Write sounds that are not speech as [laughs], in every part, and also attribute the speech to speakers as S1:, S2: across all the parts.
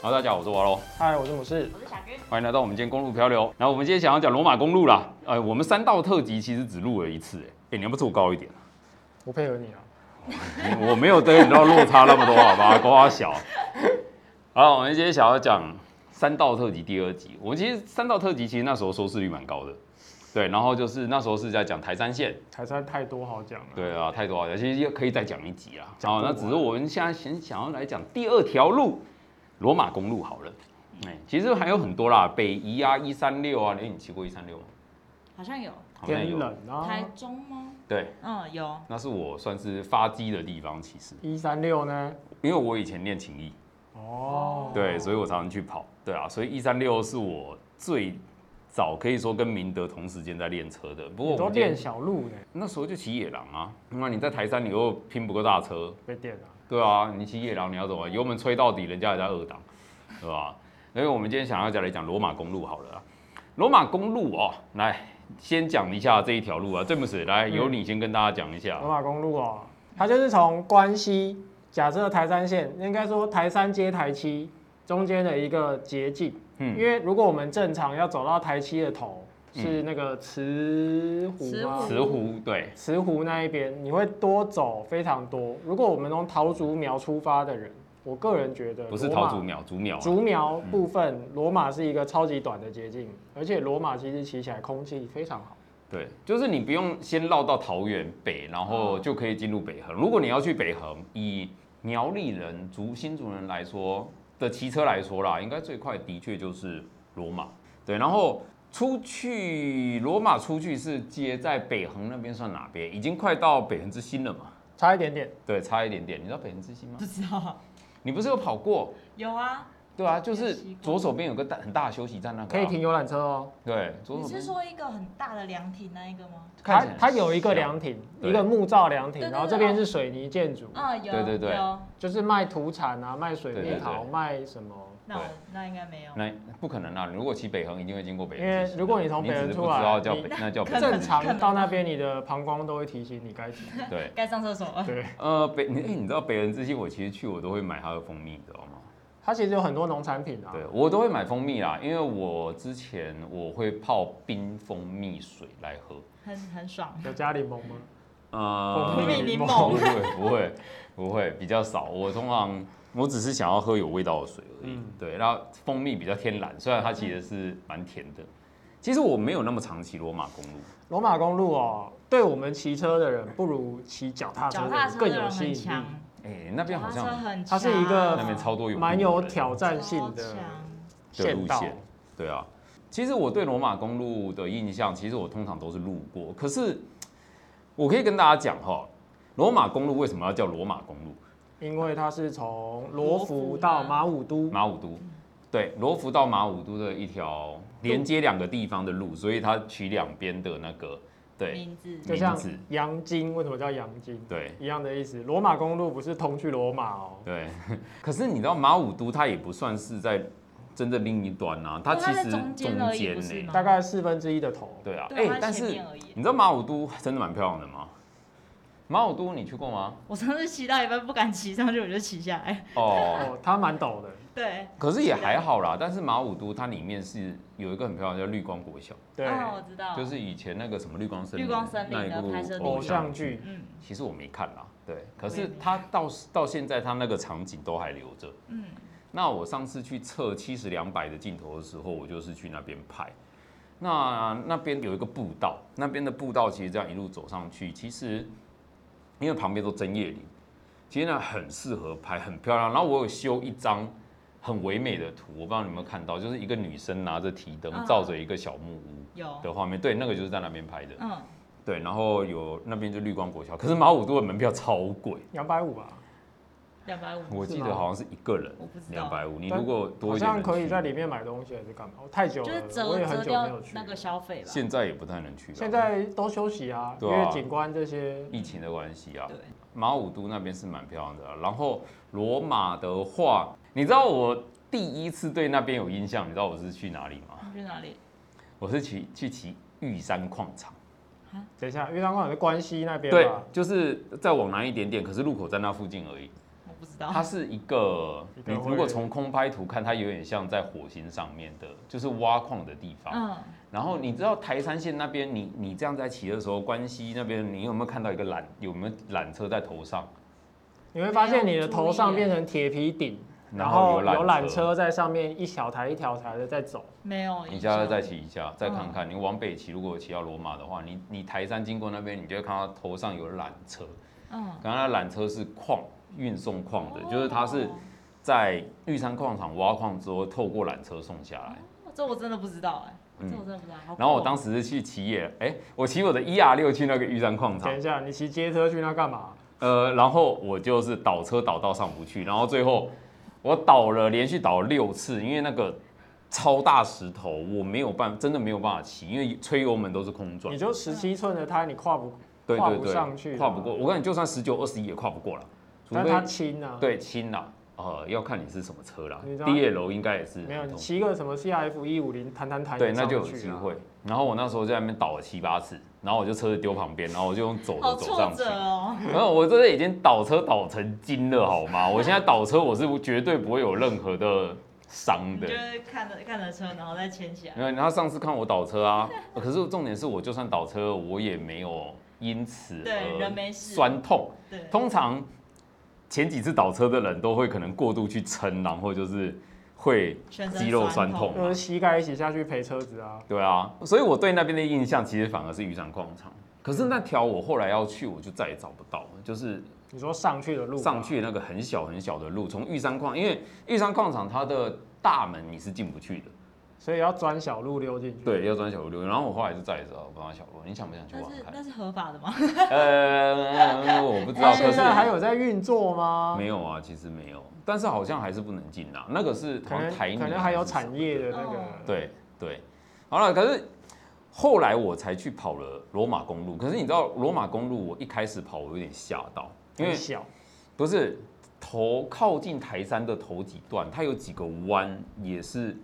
S1: 好，大家好，我是瓦罗，
S2: 嗨，我是母士。
S3: 我是小军，
S1: 欢迎来到我们今天公路漂流。然后我们今天想要讲罗马公路啦，呃，我们三道特辑其实只录了一次、欸，哎、你要不要坐高一点？
S2: 我配合你啊。
S1: 我没有跟你到落差那么多，好吧，瓜小。好，我们今天想要讲三道特辑第二集。我们其实三道特辑其实那时候收视率蛮高的，对，然后就是那时候是在讲台山线，
S2: 台山太多好讲了。
S1: 对啊，太多了，其实又可以再讲一集啊。
S2: 讲
S1: 好，
S2: 不
S1: 那
S2: 完
S1: 只是我们现在先想要来讲第二条路，罗马公路好了。
S2: 嗯
S1: 哎、其实还有很多啦，北宜啊，一三六啊，哎、你骑过一三六吗？
S3: 好像有
S1: 好像
S2: 天
S1: 有。
S2: 冷
S3: 台
S2: 啊，
S3: 中吗？
S1: 对，
S3: 嗯，有。
S1: 那是我算是发迹的地方，其实，
S2: 一三六呢？
S1: 因为我以前练琴艺，
S2: 哦，
S1: 对，所以我常常去跑，对啊，所以一三六是我最早可以说跟明德同时间在练车的。不过
S2: 你
S1: 我
S2: 都
S1: 们今天
S2: 练小路呢，
S1: 那时候就骑野狼啊，那你在台山你又拼不过大车，
S2: 被电了。
S1: 对啊，你骑野狼你要怎么油门吹到底，人家也在二档，对吧？所以我们今天想要再来讲罗马公路好了啊，罗马公路哦，来先讲一下这一条路啊，这么是来
S2: 嗯
S1: 由你先跟大家讲一下
S2: 罗，马公路哦，它就是从关西，假设台山线，应该说台山接台七中间的一个捷径。因
S1: 嗯，
S2: 为如果我们正常要走到台七的头，是那个慈湖
S3: 慈
S2: 吗
S3: 湖？
S1: 石湖对，
S2: 慈湖那一边，你会多走非常多。如果我们从桃竹苗出发的人，我个人觉得
S1: 不是
S2: 罗马
S1: 桃竹苗，竹苗啊，
S2: 竹苗部分，罗马是一个超级短的捷径，而且罗马其实骑起来空气非常好。
S1: 对，就是你不用先绕到桃园北，然后
S2: 嗯
S1: 就可以进入北横。如果你要去北横，以苗栗人、竹新竹人来说的骑车来说啦，应该最快的确就是罗马。对，然后出去罗马出去是接在北横那边算哪边？已经快到北横之心了嘛？
S2: 差一点点，
S1: 对，差一点点。你知道北横之心吗
S2: 嗯
S3: 不？知道，
S1: 你不是有跑过？
S3: 有啊。
S1: 对啊，就是
S3: 有骑过
S1: 左手边有个大很大的休息站那个、啊
S2: 可以。停游览车哦。
S1: 对，左
S3: 你
S1: 手边
S3: 是说一个很大的凉亭那一个吗？
S1: 看
S2: 它
S1: 起来很
S2: 它有一个
S1: 小
S2: 凉亭，
S1: 对
S2: 一个木造凉亭
S3: 对，对
S2: 然后
S3: 对
S2: 这边
S3: 哦
S2: 是水泥建筑，
S3: 嗯，有。
S1: 对对对
S3: 有。
S2: 就是卖土产啊，卖水
S1: 对
S2: 蜜
S1: 对
S2: 桃，
S1: 对
S2: 卖什么。
S3: 那我那应该没有。
S1: 那不可能啊！你如果骑北横，一定会经过北横
S2: 因
S1: 之
S2: 为
S1: 心的。
S2: 如果你从北横
S1: 只是不
S2: 出来
S1: 知道叫
S2: 你
S1: 北，那叫北
S3: 可能
S2: 正
S1: 横。
S3: 可能
S2: 常到那边，你的膀胱都会提醒你该停。 [laughs]
S1: 对，
S3: 该上厕所了。
S2: 对，
S1: 呃，北你、哎，你知道北横之心，我其实去我都会买它的蜂蜜，你知道吗？
S2: 它其实有很多农产品啊。
S1: 对，我都会买蜂蜜啦，因为我之前我会泡冰蜂蜜水来喝。
S3: 很很爽。
S2: 有加柠檬吗？
S1: 呃，
S2: 蜂蜜柠
S1: 不
S3: 檬
S1: 会不会不会比较少，我通常我只是想要喝有味道的水而已。
S2: 嗯
S1: 对，然后蜂蜜比较天然，虽然它其实是蛮甜的。其实我没有那么常骑罗马公路，
S2: 罗马公路哦，对我们骑车的人不如骑脚踏车
S3: 脚
S2: 的
S3: 踏
S2: 人
S3: 车
S2: 更
S3: 的
S2: 有
S3: 人
S2: 吸
S3: 很
S2: 引
S3: 强
S2: 力。，
S1: 哎、那边好
S3: 脚踏车
S1: 像
S3: 很
S2: 它
S3: 强，
S2: 是一个
S1: 那边超多有
S2: 蛮
S1: 路
S2: 有
S1: 人
S2: 挑战性的
S3: 超强
S1: 的
S2: 县
S1: 路
S2: 道。
S1: 线。对啊，其实我对罗马公路的印象，其实我通常都是路过。可是我可以跟大家讲哈，罗马公路为什么要叫罗马公路？
S2: 因为它是从罗浮到马武都，
S1: 马武都，对，罗浮到马武都的一条连接两个地方的路，所以它取两边的那个对
S3: 名字。
S2: 就像
S1: 名字
S2: 阳金，为什么叫阳金？
S1: 对
S2: 一样的意思。罗马公路不是通去罗马哦，
S1: 对。 [laughs] 可是你知道马武都它也不算是在真的另一端啊，它
S3: 对
S1: 其
S3: 它在
S1: 实
S3: 中间而已不是吗
S2: 大概四分之一的头。
S1: 对啊，哎、
S3: 对，它
S1: 但
S3: 是前
S1: 是
S3: 面而已。
S1: 你知道马武都真的蛮漂亮的吗？马武都你去过吗？
S3: 我上次骑到一半不敢骑上去，我就骑下来。
S1: 哦，
S2: 哦，它蛮陡的，
S3: 对，
S1: 可是也还好啦，但是马武都它里面是有一个很漂亮叫绿光国小，
S2: 对，
S3: 哦，我知道。
S1: 就是以前那个什么绿光森林，
S3: 绿光森林的
S1: 那一部
S3: 拍摄地
S2: 偶像，剧。
S3: 嗯
S1: 其实我没看啦，对，可
S3: 我也
S1: 是
S3: 没看
S1: 它到到现在它那个场景都还留着。
S3: 嗯，
S1: 那我上次去测七十两百的镜头的时候，我就是去那边拍。那那边有一个步道，那边的步道其实这样一路走上去，其实因为旁边都针叶林，其实那很适合拍，很漂亮。然后我有修一张很唯美的图，我不知道你有没有看到，就是一个女生拿着提灯
S3: 嗯
S1: 照着一个小木屋
S3: 有。
S1: 的画面，对，那个就是在那边拍的。
S3: 嗯，
S1: 对，然后有那边就绿光国小，可是马武都的门票超贵，
S2: 两百五吧，
S3: 两百五。
S1: 我记得好像是一个人
S3: 我不知
S1: 两
S3: 道。
S1: 百五，你
S2: 哦但
S1: 如果多
S2: 好
S1: 一点
S2: 像
S1: 人
S2: 可以
S1: 去
S2: 在里面买东西还是干嘛？我太久
S3: 就是
S2: 了，我
S3: 折
S2: 也
S3: 折
S2: 很久没
S3: 掉
S2: 有去
S3: 那。个消费吧。
S1: 现在也不太能去了，
S2: 现在都休息啊，因
S1: 对啊
S2: 为景观这些
S1: 疫情的关系啊
S3: 对，，
S1: 马武都那边是蛮漂亮的啊、然后罗马的话，你知道我第一次对那边有印象，你知道我是去哪里吗？
S3: 你去哪里？
S1: 我是去去骑玉山矿场，
S2: 等一下，玉山矿也是关西那边
S1: 对
S2: 吧？，
S1: 就是再往南一点点，可是路口在那附近而已。
S3: 我不知道。
S1: 它是一个，
S2: 一个
S1: 你
S2: 会
S1: 如果从空拍图看，它有点像在火星上面的，就是挖矿的地方。
S3: 嗯，
S1: 然后你知道台山线那边，你你这样在骑的时候，关西那边你有没有看到一个缆，有没有缆车在头上，
S2: 你会发现你
S3: 没有
S2: 的
S3: 注
S2: 头
S3: 意
S2: 上
S3: 耶
S2: 变成铁皮顶，然
S1: 后
S2: 后有缆车在上面一小台一条台的在走。
S3: 没有。
S1: 你下次再
S3: 印象
S1: 骑一下，再
S2: 嗯
S1: 看看。你往北骑，如果骑到罗马的话，你你台山经过那边，你就会看到头上有缆车。
S3: 嗯，
S1: 刚刚那缆车是矿运送矿的，就是它是
S3: 哦
S1: 在玉山矿场挖矿之后，透过缆车送下来。
S3: 哦这我真的不知道哎，
S1: 嗯
S3: 这我真的不知道。好酷
S1: 然后我
S3: 哦
S1: 当时是去骑野，哎、我骑我的 ER 六去那个玉山矿场
S2: 等一，下，你骑街车去那干嘛？
S1: 呃，然后我就是倒车倒到上不去，然后最后我倒了连续倒了六次，因为那个超大石头我没有办，真的没有办法骑，因为吹油门都是空转
S2: 你，就十七寸的胎，你跨不，
S1: 对
S2: 跨
S1: 对
S2: 不
S1: 对，
S2: 上去
S1: 跨
S2: 嘛
S1: 不过。我跟你就算十九二十一也跨不过了，除
S2: 但
S1: 非
S2: 它轻啊。，
S1: 对轻啦，呃，要看你是什么车啦
S2: 你知，道
S1: 低野楼应该也是
S2: 没有
S1: 很
S2: 你
S1: 痛
S2: 骑个什么 CRF 一五零弹弹台，
S1: 对，那就有机。会。然后我那时候就在那边倒了七八次，然后我就车子丢旁边，然后我就用走
S3: 好
S1: 的走
S3: 挫
S1: 上去
S3: 折。哦，
S1: 然后我真的已经倒车倒成精了，好吗？我现在倒车我是绝对不会有任何的伤
S3: 你
S1: 的
S3: 就。是看着看着车，然后再牵起来。
S1: 因为他上次看我倒车啊，可是重点是我就算倒车，我也没有因此
S3: 对人没
S1: 而
S3: 事
S1: 呃酸痛。
S3: 对，
S1: 通常前几次倒车的人都会可能过度去撑，然后就是会
S3: 全身
S1: 肌肉
S3: 酸
S1: 酸痛
S2: 就是
S1: 嘛。
S2: 膝盖一起下去陪车子啊。
S1: 对啊，所以我对那边的印象其实反而是渔场矿场。可是那条我后来要去，我就再也找不到了，就是
S2: 你说上去的路吧，啊
S1: 上去那个很小很小的路，从玉山矿，因为玉山矿场它的大门你是进不去的，
S2: 所以要钻小路溜进去。，
S1: 对，要钻小路。然后我后来就再也找不到小路，你想不想去
S3: 那
S1: 玩
S3: 是
S1: 看？
S3: 那是合法的吗？ [laughs]
S1: 呃，我不知道，
S2: 它
S1: 可
S2: 现
S1: 是
S2: 在还有在运作吗？
S1: 没有啊，其实没有，但是好像还是不能进啦。啊那个是
S2: 可
S1: 好像
S2: 能
S1: 台泥
S2: 可能还有
S1: 是什么
S2: 产业的那个
S3: 哦，
S1: 对对，好了，可是后来我才去跑了罗马公路，可是你知道罗马公路，我一开始跑我有点吓到，因为
S2: 很小，
S1: 不是头靠近台山的头几段，它有几个弯也是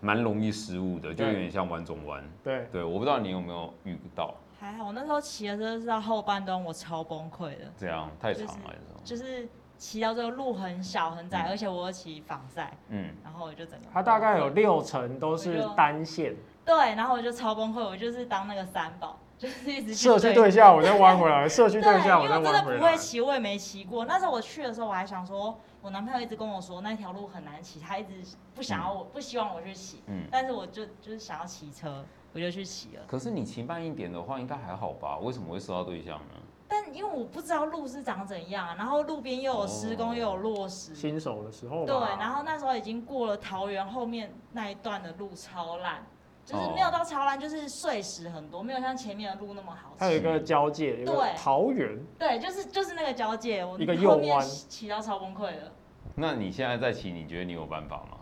S1: 蛮容易失误的，就有
S2: 对
S1: 点像弯中弯。
S2: 对，
S1: 对，我不知道你有没有遇到
S3: 还好，我那时候骑的时候是到后半段，我超崩溃的，
S1: 这样太长
S3: 就
S1: 了，有时候
S3: 就是骑到最后路很小很窄，而且我又骑防晒，
S1: 嗯，
S3: 然后我就整个
S2: 它大概有六成都
S3: 哎
S2: 是单线。
S3: 对，然后我就超崩溃，我就是当那个三宝， [laughs] 就是一直去
S2: 社区
S3: 对
S2: 对下我再弯回来，社区
S3: 对，
S2: 对下我
S3: 因为
S2: 再
S3: 我真的
S2: 弯回
S3: 不
S2: 来
S3: 会。骑，我也没骑过。那时候我去的时候，我还想说，我男朋友一直跟我说那条路很难骑，他一直不想要我，不希望我去骑。
S1: 嗯
S3: 但是我就就是想要骑车，我就去骑了。
S1: 可是你骑慢一点的话，应该还好吧？为什么会收到对象呢？
S3: 但因为我不知道路是长怎样啊，然后路边又有施工，
S1: 哦
S3: 又有落石。
S2: 新手的时候嘛，
S3: 对，然后那时候已经过了桃园后面那一段的路超烂，就是
S2: 哦
S3: 没有到超烂，就是碎石很多，没有像前面的路那么好
S2: 它有一
S3: 骑。
S2: 个交界，有个
S3: 对
S2: 桃园，
S3: 对，就是就是那个交界，我
S2: 一个右
S3: 后面
S2: 弯
S3: 骑到超崩溃了。
S1: 那你现在在骑，你觉得你有办法吗？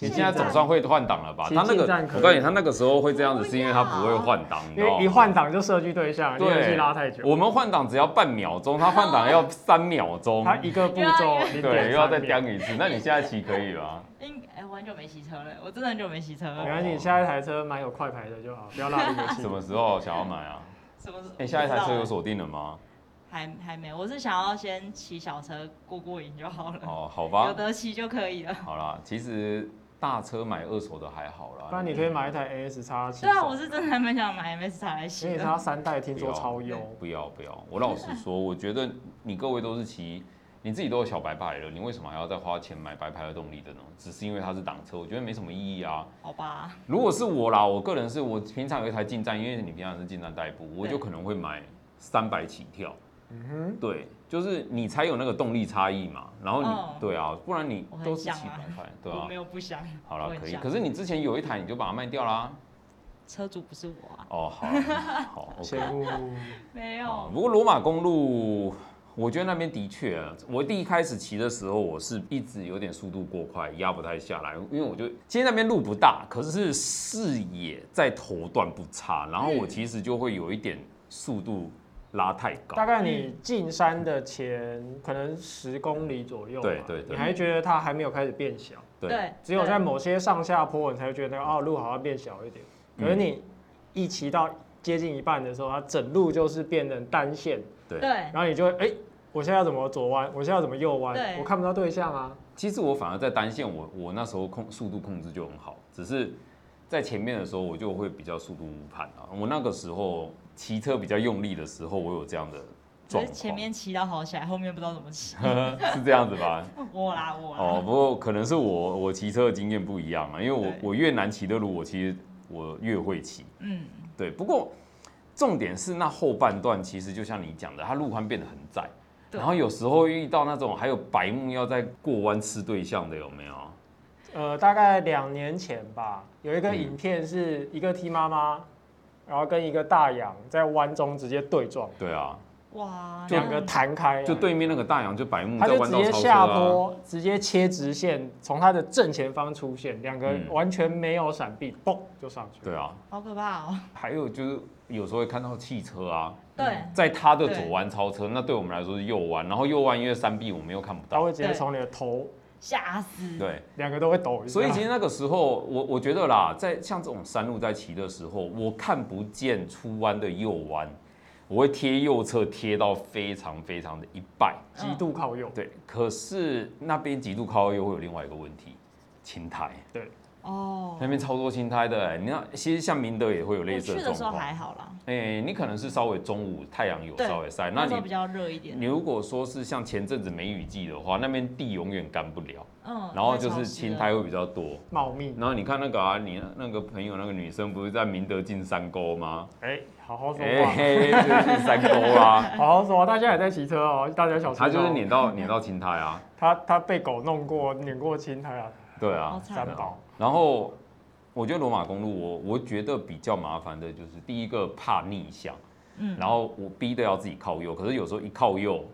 S1: 你
S2: 骑
S1: 现在
S2: 进站
S1: 总算会换挡了吧？
S2: 骑
S1: 他那个
S2: 进站，可以
S1: 我告诉你，他那个时候会这样子，是因为他不会换挡，你
S2: 因
S1: 知道
S2: 为一
S1: 吗？
S2: 换挡就社区对象，因为去
S1: 对，
S2: 拉太久，
S1: 我们换挡只要半秒钟，他换挡要三秒钟。
S2: 它一个步骤零
S1: 对，
S2: 点
S1: 又要再
S2: 三
S1: 刁
S2: 秒。
S1: 一次。那你现在骑可以啊吗？
S3: 应哎、我很久没骑车了，我真的很久没骑车
S2: 没
S3: 了。
S2: 关系，你下一台车买有快牌的就好，
S1: [laughs]
S2: 不要拉力的气
S1: 什。么时候想要买啊？
S3: 什么时候？
S1: 哎、下一台车有
S3: 不知道啊欸
S1: 锁定了吗？
S3: 还还没，我是想要先骑小车过过瘾就好了，
S1: 哦，好
S3: 有
S1: 吧，
S3: 得骑就可以了。
S1: 好啦，其实大车买二手的还好啦。
S2: 不然你可以买一台 AS 叉七
S3: 对啊，我是真的还蛮想买 MS 叉来
S2: 因
S3: 骑
S2: 为
S3: 的。
S2: 它三代听说超优，
S1: 不要不要，我老实说，我觉得你各位都是骑，你自己都有小白牌了，你为什么还要再花钱买白牌的动力的呢？只是因为它是挡车，我觉得没什么意义啊。
S3: 好吧，
S1: 如果是我啦，我个人是我平常有一台进站，因为你平常是进站代步，我就
S3: 对
S1: 可能会买三百起跳。
S2: 嗯哼，
S1: 对，就是你才有那个动力差异嘛。然后你、
S3: 嗯
S1: 对啊，不然你
S3: 我很
S1: 都是骑
S3: 想啊
S1: 白牌，对
S3: 我
S1: 啊
S3: 没。有不想。
S1: 好
S3: 我
S1: 了，
S3: 很
S1: 可以。
S3: 想
S1: 可是你之前有一台，你就把它卖掉啦。
S3: 车主不是我啊，
S1: 哦，好啊，好，OK。
S2: 羡慕
S3: 没
S1: 好
S3: 有。
S1: 不过罗马公路，我觉得那边的确啊，我第一开始骑的时候，我是一直有点速度过快，压不太下来，因为我就其实那边路不大，可是视野在头段不差，然后我其实就会有一点速度拉太高
S2: 大。概你进山的前可能十公里左右吧，
S1: 对对对
S2: 你还觉得它还没有开始变小，
S1: 对，
S3: 对，
S2: 只有
S3: 对
S2: 在某些上下坡，你才会觉得哦路好像变小一点。
S1: 嗯
S2: 可是你一骑到接近一半的时候，它整路就是变成单线，
S1: 对
S3: 对
S2: 然后你就会哎、我现在要怎么左弯？我现在要怎么右弯
S3: 对？
S2: 我看不到对象啊。
S1: 其实我反而在单线我，我那时候控速度控制就很好，只是在前面的时候我就会比较速度误判啊。我那个时候骑车比较用力的时候，我有这样的
S3: 只
S1: 状
S3: 是
S1: 况，
S3: 前面骑到好起来，后面不知道怎
S1: [laughs]
S3: 么骑。
S1: 是这样子吧？
S3: 我啦，我啦。
S1: 哦，不过可能是我我骑车的经验不一样啊，因为
S3: 对
S1: 我我越难骑的路，我其实我越会骑。
S3: 嗯，
S1: 对，不过重点是那后半段，其实就像你讲的，它路宽变得很窄，
S3: 对
S1: 然后有时候遇到那种还有白目要在过弯吃对象的，有没有？
S2: 呃，大概两年前吧，有一个
S1: 嗯
S2: 影片是一个 T 妈妈，然后跟一个大洋在弯中直接对撞，
S1: 对啊，
S3: 哇，
S2: 两个
S3: 那
S2: 弹开啊，
S1: 就对面那个大洋就白目
S2: 他
S1: 在
S2: 就
S1: 弯
S2: 直
S1: 道
S2: 接
S1: 超车
S2: 下
S1: 啊。
S2: 坡，直接切直线，从他的正前方出现，两个
S1: 嗯
S2: 完全没有闪避，嘣就上去。
S1: 对，啊，
S3: 好可怕哦。
S1: 还有就是有时候会看到汽车啊，
S3: 对，
S1: 在它的
S3: 对
S1: 左弯超车，那对我们来说是右弯，然后右弯因为三 B 我们又看不
S2: 他
S1: 到，
S2: 会直接从你的头，
S3: 吓死。
S1: 对，
S2: 两个都会抖一下。
S1: 所以
S3: 啊
S1: 其实那个时候我我觉得啦，在像这种山路在骑的时候，我看不见出弯的右弯，我会贴右侧贴到非常非常的一败，
S2: 极度靠右，
S1: 对，可是那边极度靠右会有另外一个问题，青苔。
S3: 哦
S1: 那，边超多青苔的、欸，你看，其实像明德也会有类
S3: 我
S1: 似
S3: 哦去
S1: 的
S3: 的
S1: 状
S3: 时候
S1: 况。
S3: 还好啦，
S1: 哎、你可能是稍微中午太阳有
S3: 对
S1: 稍微晒，那
S3: 那时候比
S1: 你
S3: 较热一点
S1: 你。如果说是像前阵子梅雨季的话，那边地永远干不了，
S3: 嗯，
S1: 然后
S3: 太
S1: 就
S3: 潮
S1: 是
S3: 湿
S1: 青
S3: 了。
S1: 苔会比较多。
S2: 茂密。
S1: 然后你看那个啊，你那个朋友那个女生不是在明德进山沟吗？
S2: 哎，好好说
S1: 哎、
S2: 话，
S1: 嘿，就是进山沟啦、
S3: [laughs]
S2: 好好说话。大家也在骑车哦，大家小心哦。
S1: 她就是碾到碾到青苔啊，
S2: 他他被狗弄过，碾过青苔啊，
S1: 对
S3: 好
S1: 啊。
S3: 惨
S2: 三宝。
S1: 然后我觉得罗马公路我我觉得比较麻烦的就是第一个怕逆向，
S3: 嗯，
S1: 然后我逼得要自己靠右，可是有时候一靠右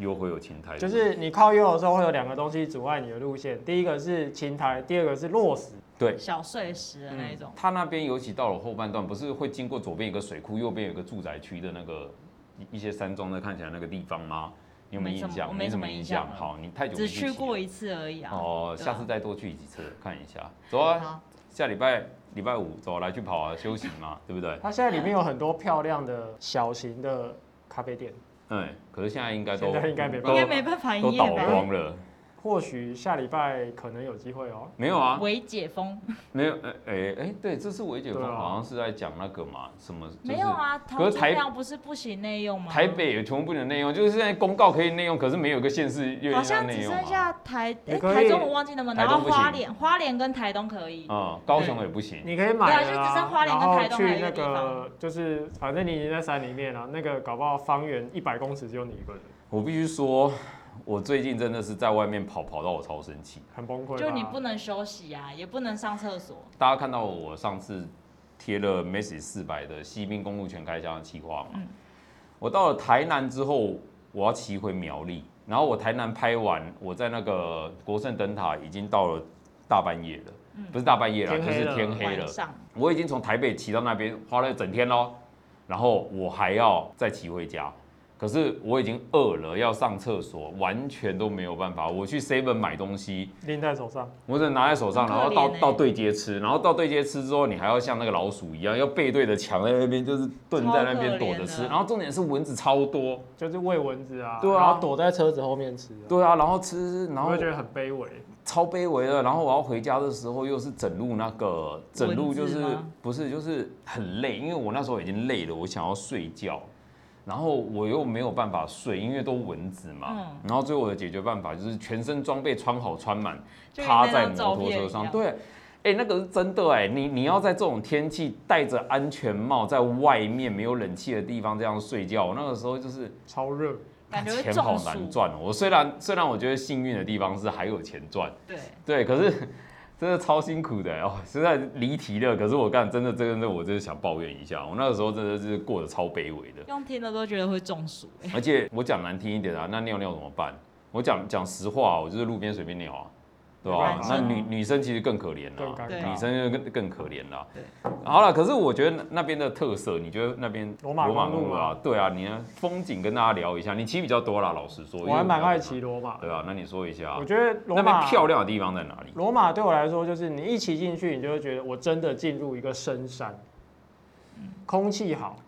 S1: 又会有青苔的问题，
S2: 就是你靠右的时候，会有两个东西阻碍你的路线，第一个是青苔，第二个是落石。
S1: 对。
S3: 小碎石的那一种。
S1: 它嗯那边尤其到了后半段，不是会经过左边一个水库，右边有一个住宅区的那个一一些山庄的看起来那个地方吗？你有没有
S3: 没什
S1: 印
S3: 么
S1: 象？
S3: 我没什么
S1: 印
S3: 印
S1: 象。
S3: 象了
S1: 好，你太久
S3: 只
S1: 没去
S3: 去
S1: 骑
S3: 过
S1: 了
S3: 一次而已啊。
S1: 哦，
S3: 对啊
S1: 下次再多去几次看一下。走啊，
S3: 好，
S1: 下礼拜礼拜五走来去跑啊，休息嘛，对不对？
S2: 它现在里面有很多漂亮的小型的咖啡店，
S1: 嗯，可是现在应该都
S2: 现在应该没
S1: 都
S2: 办
S3: 应该没办法营
S1: 都
S3: 业
S1: 倒啊
S3: 吧？
S1: 光了。
S2: 或许下礼拜可能有机会哦。
S1: 没有啊，
S3: 微解封
S1: 没有，哎哎哎，对，这次维姐峰
S2: 对啊
S1: 好像是在讲那个嘛，什么就是
S3: 没有啊？
S1: 可
S3: 桃
S1: 是
S3: 竹
S1: 台
S3: 苗不是不行内用吗？
S1: 台北也全部不能内用，就是现在公告可以内用，可是没有一个县市愿
S3: 好
S1: 意让
S3: 像
S1: 内
S3: 只
S1: 用
S3: 剩
S1: 啊。
S3: 下台
S2: 也
S3: 哎
S2: 可以
S3: 台中我忘记了嘛，
S1: 台
S3: 然
S1: 东
S3: 后
S1: 不行
S3: 花莲花莲跟台东可以。
S1: 嗯，高雄也不行。
S2: 你可以买
S3: 对
S2: 了
S3: 啊就只剩
S2: 啊、
S3: 花莲
S2: 然
S3: 跟
S2: 后
S3: 台东还有
S2: 去
S3: 一
S2: 那
S3: 个地
S2: 个
S3: 方
S2: 就是反正你已经在山里面了、那个搞不好方圆一百公尺只有你一个人，
S1: 我必须说，我最近真的是在外面跑，跑到我超生气。
S2: 很崩溃吧。
S3: 就你不能休息啊，也不能上厕所。
S1: 大家看到我上次贴了 Messi 四百的西滨公路全开箱的计划嘛？
S3: 嗯
S1: 我到了台南之后，我要骑回苗栗，然后我台南拍完，我在那个国盛灯塔已经到了大半夜了，
S3: 嗯
S1: 不是大半夜啦，
S2: 天
S1: 就
S2: 黑
S1: 是
S2: 了
S1: 天黑了
S3: 晚。上
S1: 我已经从台北骑到那边，花了整天咯，然后我还要再骑回家，可是我已经饿了，要上厕所，完全都没有办法。我去 Seven 买东西，
S2: 拎在手上，
S1: 我只能拿在手上，
S3: 很
S1: 然
S3: 可
S1: 后到
S3: 怜欸
S1: 到对接吃，然后到对接吃之后，你还要像那个老鼠一样，要背对着墙在那边，就是蹲在那边
S3: 超可怜
S1: 躲
S3: 的
S1: 着吃。然后重点是蚊子超多，
S2: 就是喂蚊子啊，
S1: 对啊
S2: 然后躲在车子后面吃、啊，
S1: 对啊，然后吃，然
S2: 我
S1: 后
S2: 会觉得很卑微。
S1: 超卑微的。然后我要回家的时候，又是整路那个整路就
S3: 蚊
S1: 是
S3: 子吗
S1: 不是就是很累，因为我那时候已经累了，我想要睡觉，然后我又没有办法睡，因为都蚊子嘛。
S3: 嗯
S1: 然后最后我的解决办法就是全身装备穿好穿满，
S3: 就跟
S1: 趴
S3: 那
S1: 在
S3: 张
S1: 摩
S3: 照
S1: 托
S3: 片
S1: 车
S3: 一
S1: 上。
S3: 样
S1: 对，哎、那个是真的哎、你你要在这种天气戴着安全帽，在外面没有冷气的地方这样睡觉，我那个时候就是。啊
S2: 超热，
S3: 感觉会
S1: 钱
S3: 中
S1: 好
S3: 暑
S1: 难赚哦。我虽然虽然我觉得幸运的地方是还有钱赚，
S3: 对，，
S1: 对，可是真的超辛苦的哦，实在离题了。可是我干，真的真的，我真的想抱怨一下，我哦那个时候真的是过得超卑微的
S3: 用听的都觉得会中暑、欸。
S1: 而且我讲难听一点啊，那尿尿怎么办？我讲讲实话，我就是路边随便尿啊，对吧、
S2: 没办
S1: 那
S3: 法
S1: 女女生其实更可怜
S2: 更
S1: 了、
S2: 尴
S3: 对
S2: 尬。
S1: 女生就更更可怜了
S3: 对。
S1: 好了，可是我觉得那那边的特色，你觉得那边
S2: 罗马公路吗
S1: 啊？对啊，你呢风景跟大家聊一下。你骑比较多啦，老实说，因为
S2: 我还蛮
S1: 比较
S2: 爱
S1: 多
S2: 骑罗马
S1: 嘛。，对啊，那你说一下
S2: 我，觉得罗
S1: 那边
S2: 马
S1: 漂亮的地方在哪里？
S2: 罗马对我来说，就是你一骑进去，你就会觉得我真的进入一个深山，空气好，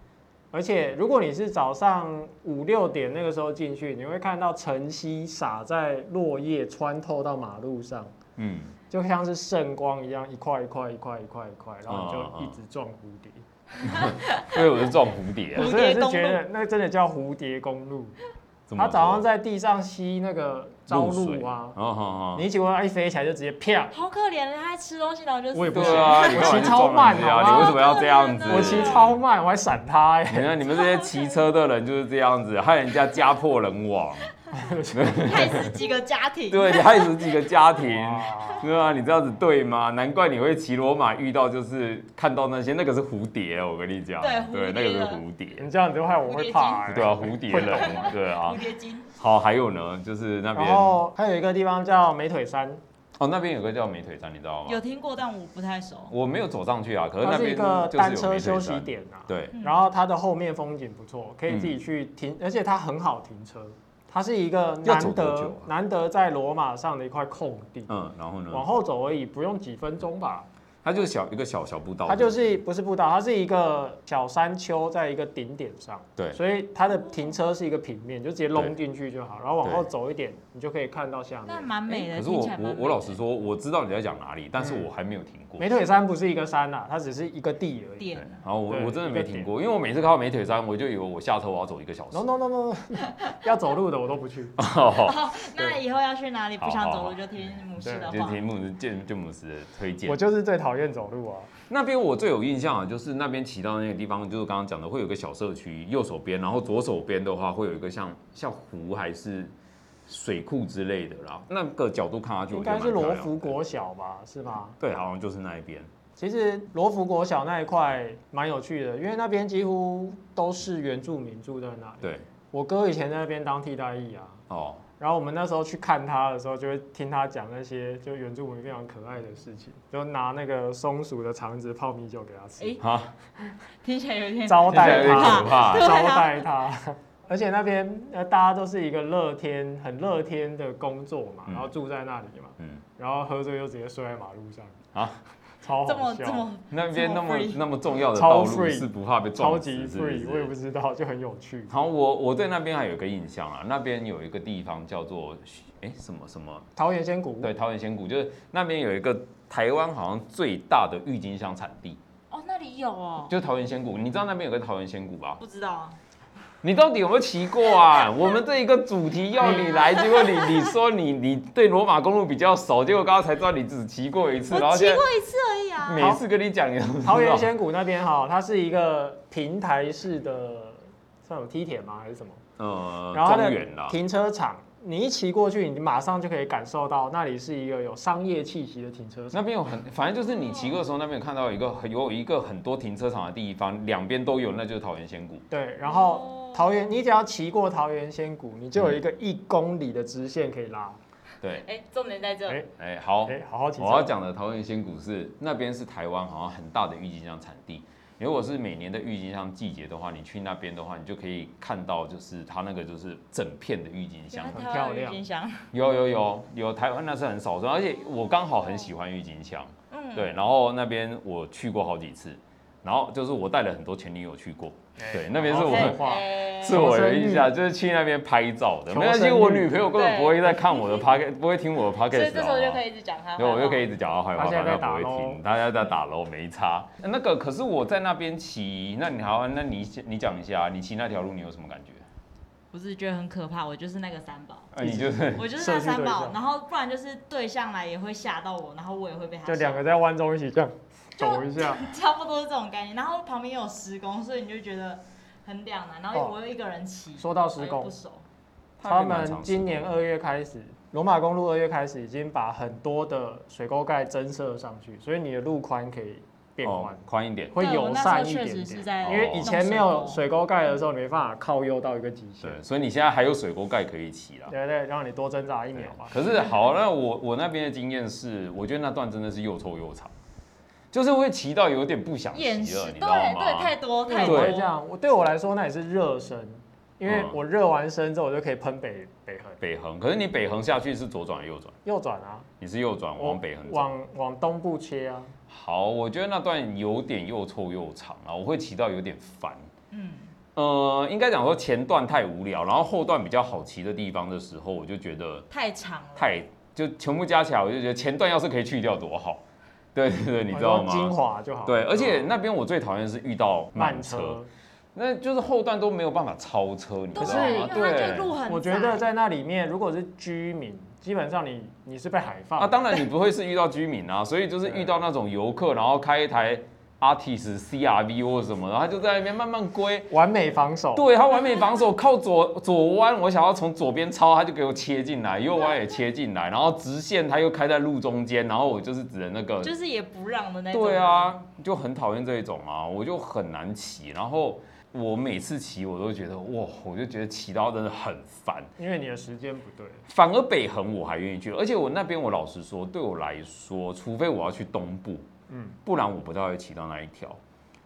S2: 而且如果你是早上五六点那个时候进去，你会看到晨曦洒在落叶穿透到马路上，
S1: 嗯，
S2: 就像是圣光一样，一块一块一块一块一块，然后
S1: 哦哦
S2: 你就一直撞蝴蝶。
S1: [laughs] 因为我是撞蝴蝶啊，
S2: 我
S3: 蝴
S2: 真的
S3: 蝶
S2: 是
S3: 公
S2: 觉
S3: 路
S2: 得那真的叫蝴蝶公路。
S1: 怎么
S2: 它
S1: 说
S2: 早上在地上吸那个朝
S1: 露水
S2: 露啊，
S1: 哦哦哦，
S2: 你结果它一飞起来就直接啪，
S3: 好可怜的，他在吃东西，然后就死
S2: 我也不
S3: 了
S1: 对啊，你
S2: 我
S1: 干嘛
S2: 骑
S1: 去
S2: 超
S1: 撞人
S2: 慢
S1: 家
S2: 好不好
S1: 你为什么要这样子？
S3: 对
S2: 我骑超慢，我还闪它
S1: 你
S2: 哎，
S1: 看你们这些骑车的人就是这样子，害人家家破人亡，
S3: 害死几个家庭。
S1: 对，你害死几个家庭。
S2: 哇
S1: 对啊，你这样子对吗？难怪你会骑罗马遇到，就是看到那些那个是蝴蝶，哦我跟你讲，
S3: 对蝴蝶
S1: 那个是
S3: 了
S1: 蝴蝶，
S2: 你这样子害我会怕哎。
S1: 对啊，蝴蝶人，对啊
S3: 蝴。蝶精，
S1: 好，还有呢，就是那边
S2: 欸然后还有一个地方叫美腿山，
S1: 哦，那边有个叫美腿山，你知道
S3: 有
S1: 吗？
S3: 听过，但我不太熟。
S1: 我没有走上去啊，可是
S2: 它
S1: 那
S2: 是
S1: 边
S2: 一个
S1: 就是有
S2: 单
S1: 美
S2: 车
S1: 腿
S2: 休息
S1: 山。
S2: 点啊。
S1: 对，嗯
S3: 嗯
S2: 然后它的后面风景不错，可以自己去停，而且它很好停车，它是一个
S1: 要走多
S2: 难得、
S1: 久啊
S2: 难得在罗马上的一块空地。
S1: 嗯，然后呢，
S2: 往后走而已，不用几分钟吧。
S1: 它就是小一个小小步道，
S2: 它就是不是步道，它是一个小山丘，在一个顶点上，
S1: 对
S2: 所以它的停车是一个平面，就直接弄进去就好。然后往后走一点，你就可以看到下
S3: 那
S2: 面。
S3: 蛮美
S1: 哎可
S3: 的，
S1: 是
S3: 听
S1: 我
S3: 起来蛮美
S1: 我
S3: 的
S1: 我老实说，我知道你在讲哪里，但是
S2: 嗯
S1: 我还没有停过。
S2: 美腿山不是一个山啦、它只是一个地而已。
S1: 对
S3: 点，，
S1: 然后我
S2: 对
S1: 我真的
S2: 一
S1: 没
S2: 个
S1: 停
S2: 点
S1: 过，因为我每次看到美腿山，我就以为我下车我要走一个小时
S2: No。no no no，要 [laughs] 走路的我都
S1: [laughs]
S2: 不去。
S1: 哦
S3: 哦那以后要去哪里不想走路就听母狮的
S1: 就是
S3: 话
S1: 题。目是建建姆斯的推荐
S2: 我。就是最讨厌走路啊。
S1: 那边我最有印象啊，就是那边骑到那个地方，就是刚刚讲的，会有一个小社区，右手边，然后左手边的话会有一个像像湖还是水库之类的啦。那个角度看下去，
S2: 应
S1: 我觉得
S2: 该是
S1: 蛮漂
S2: 罗
S1: 亮的
S2: 浮国小吧，是吗？
S1: 对，好像就是那一边。
S2: 其实罗浮国小那一块蛮有趣的，因为那边几乎都是原住民住在那里。
S1: 对，
S2: 我哥以前在那边当替代役啊，
S1: 哦，
S2: 然后我们那时候去看他的时候，就会听他讲那些就原住民非常可爱的事情，就拿那个松鼠的肠子泡米酒给他吃，
S3: 哎
S1: 哈，
S3: 听起来有点
S2: 招
S1: 现在有
S2: 待
S1: 点
S2: 他，
S1: 可怕
S3: 对。啊
S2: 招待他。 [laughs] 而且那边呃，大家都是一个乐天、很乐天的工作嘛，
S1: 嗯
S2: 然后住在那里嘛，
S1: 嗯，
S2: 然后喝醉就直接睡在马路上
S1: 啊，
S2: 超
S3: 这
S2: 好
S3: 么这
S2: 笑，
S3: 么
S1: 那边那么
S3: 这么 free
S1: 那么重要的道
S2: 超
S1: 路
S2: free，
S1: 是不怕被
S2: 超
S1: 撞死，
S2: 级
S1: 是不
S2: free，我也不
S1: 是？
S2: 知道，就很有趣。
S1: 好，我我对那边还有一个印象啊，那边有一个地方叫做哎什么什么
S2: 桃园仙谷，
S1: 对，桃园仙谷就是那边有一个台湾好像最大的郁金香产地，
S3: 哦，那里有哦，
S1: 就是桃园仙谷。你知道那边有个桃园仙谷吧？
S3: 不知道啊，
S1: 你到底有没有骑过
S2: [laughs]
S1: 啊？我们这一个主题要你来，结果你你说你你对罗马公路比较熟，结果刚刚才知道你只骑过一次，然后
S3: 我骑
S1: 现嗯
S3: 过一次而已
S1: 在
S3: 啊。
S1: 每次跟你讲你都不知道
S2: 桃园仙谷那边哈，它是一个平台式的，算有梯田吗？还是什么？
S1: 呃
S2: 然后它
S1: 中原
S2: 的
S1: 啦，
S2: 停车场，你一骑过去，你马上就可以感受到那里是一个有商业气息的停车场。
S1: 那边有很，反正就是你骑过的时候，那边有看到一个很有一个很多停车场的地方，两边都有，那就是桃园仙谷。
S2: 对，然后
S3: 哦
S2: 桃园，你只要骑过桃园仙谷，你就有一个一公里的直线可以拉。
S1: 对，
S3: 哎，重点在
S2: 哎
S3: 这，
S1: 哎、
S3: 嗯
S1: 好，
S2: 哎，好好骑车。
S1: 我要讲的桃园仙谷是那边是台湾好像很大的郁金香产地。如果是每年的郁金香季节的话，你去那边的话，你就可以看到，就是它那个就是整片的郁金香
S3: 原来。
S2: 很
S3: 台
S2: 漂
S3: 湾有郁
S2: 亮
S3: 金香，
S1: 有有有有，台湾那是很少数，而且我刚好很喜欢郁金香，
S3: 嗯，
S1: 对，然后那边我去过好几次，然后就是我带了很多前女友去过，对，那边是
S2: 好
S1: 我
S2: 好
S3: 哎，
S2: 文化
S3: 哎
S1: 是我的印象，就是去那边拍照的。
S2: 求
S1: 没关系，
S2: 生欲
S1: 我女朋友根本不会在看我的 p o c a s t 不会听我的 p o c
S3: 所
S1: a
S3: 以
S1: s t
S3: 这时候就可以一直讲他，
S1: 对，我就可以一直讲她坏话，
S2: 她现
S1: 反
S2: 在
S1: 正
S2: 在
S1: 她不会
S2: 打咯
S1: 听。大家在打喽，没差。哎那个可是我在那边骑，那你好，啊那你先你讲一下，你骑那条路你有什么感觉？
S3: 不是觉得很可怕，我就是那个三宝，
S1: 呃你就是
S3: 我就是那三
S2: 社区对
S3: 宝，
S2: 象
S3: 然后不然就是对象来也会吓到我，然后我也会被他吓
S2: 就两个在弯中一起这样走一下。
S3: [laughs] 差不多是这种概念。然后旁边有施工，所以你就觉得很两难。然后我又一个人骑，
S2: 哦说到施
S3: 然后又
S2: 工
S3: 不，熟，
S2: 他们今年二月开始，罗马公路二月开始已经把很多的水沟盖增设上去，所以你的路宽可以变宽。
S1: 哦宽一点，
S2: 会友善一点
S3: 对我那时候确实是
S2: 点，
S3: 在
S2: 因为以前没有
S3: 弄水沟
S2: 水沟盖的时候，你没办法靠右到一个极限
S1: 对，，所以你现在还有水沟盖可以骑啦。
S2: 对不对？让你多挣扎一
S1: 对
S2: 秒吧。
S1: 可是好，那我我那边的经验是，我觉得那段真的是又臭又长，就是会骑到有点不想骑
S3: 眼
S1: 了，
S3: 神
S1: 你知
S3: 对
S1: 道吗？
S3: 对太多
S2: 为
S3: 太
S2: 什么
S3: 多
S2: 会这样？我对我来说，那也是热身，因为
S1: 嗯
S2: 我热完身之后，我就可以喷北北横，
S1: 北横，可是你北横下去是左转还是右转？
S2: 右转啊，
S1: 你是右转
S2: 我
S1: 往北横嗯走。
S2: 往往东部切啊。
S1: 好，我觉得那段有点又臭又长啊，我会骑到有点烦。
S3: 嗯，
S1: 呃，应该讲说前段太无聊，然后后段比较好骑的地方的时候，我就觉得
S3: 太长了，
S1: 太就全部加起来，我就觉得前段要是可以去掉多好。 [laughs] 对对对，你知
S2: 我
S1: 道
S2: 用精
S1: 吗？
S2: 华就好。
S1: 对，而且那边我最讨厌是遇到慢
S2: 嗯慢
S1: 车，
S2: 车，
S1: 那就是后段都没有办法超车，你知道
S3: 对，
S1: 吗？
S3: 因为它就路很窄
S2: 我觉得在那里面，如果是居民，基本上你你是被海放
S1: 啊，当然你不会是遇到居民啊，所以就是遇到那种游客，然后开一台 Artis CRV 或者什么，然后他就在那边慢慢归。
S2: 完美防守。
S1: 对他完美防守，靠左左弯，我想要从左边超，他就给我切进来，右弯也切进来，然后直线他又开在路中间，然后我就是只能那个，
S3: 就是也不让的那种。
S1: 对，啊，就很讨厌这一种啊，我就很难骑。然后我每次骑我都觉得哇，我就觉得骑到真的很烦。
S2: 因为你的时间不对。
S1: 反而北横我还愿意去，而且我那边我老实说，对我来说，除非我要去东部，
S2: 嗯，
S1: 不然我不太会骑到那一条。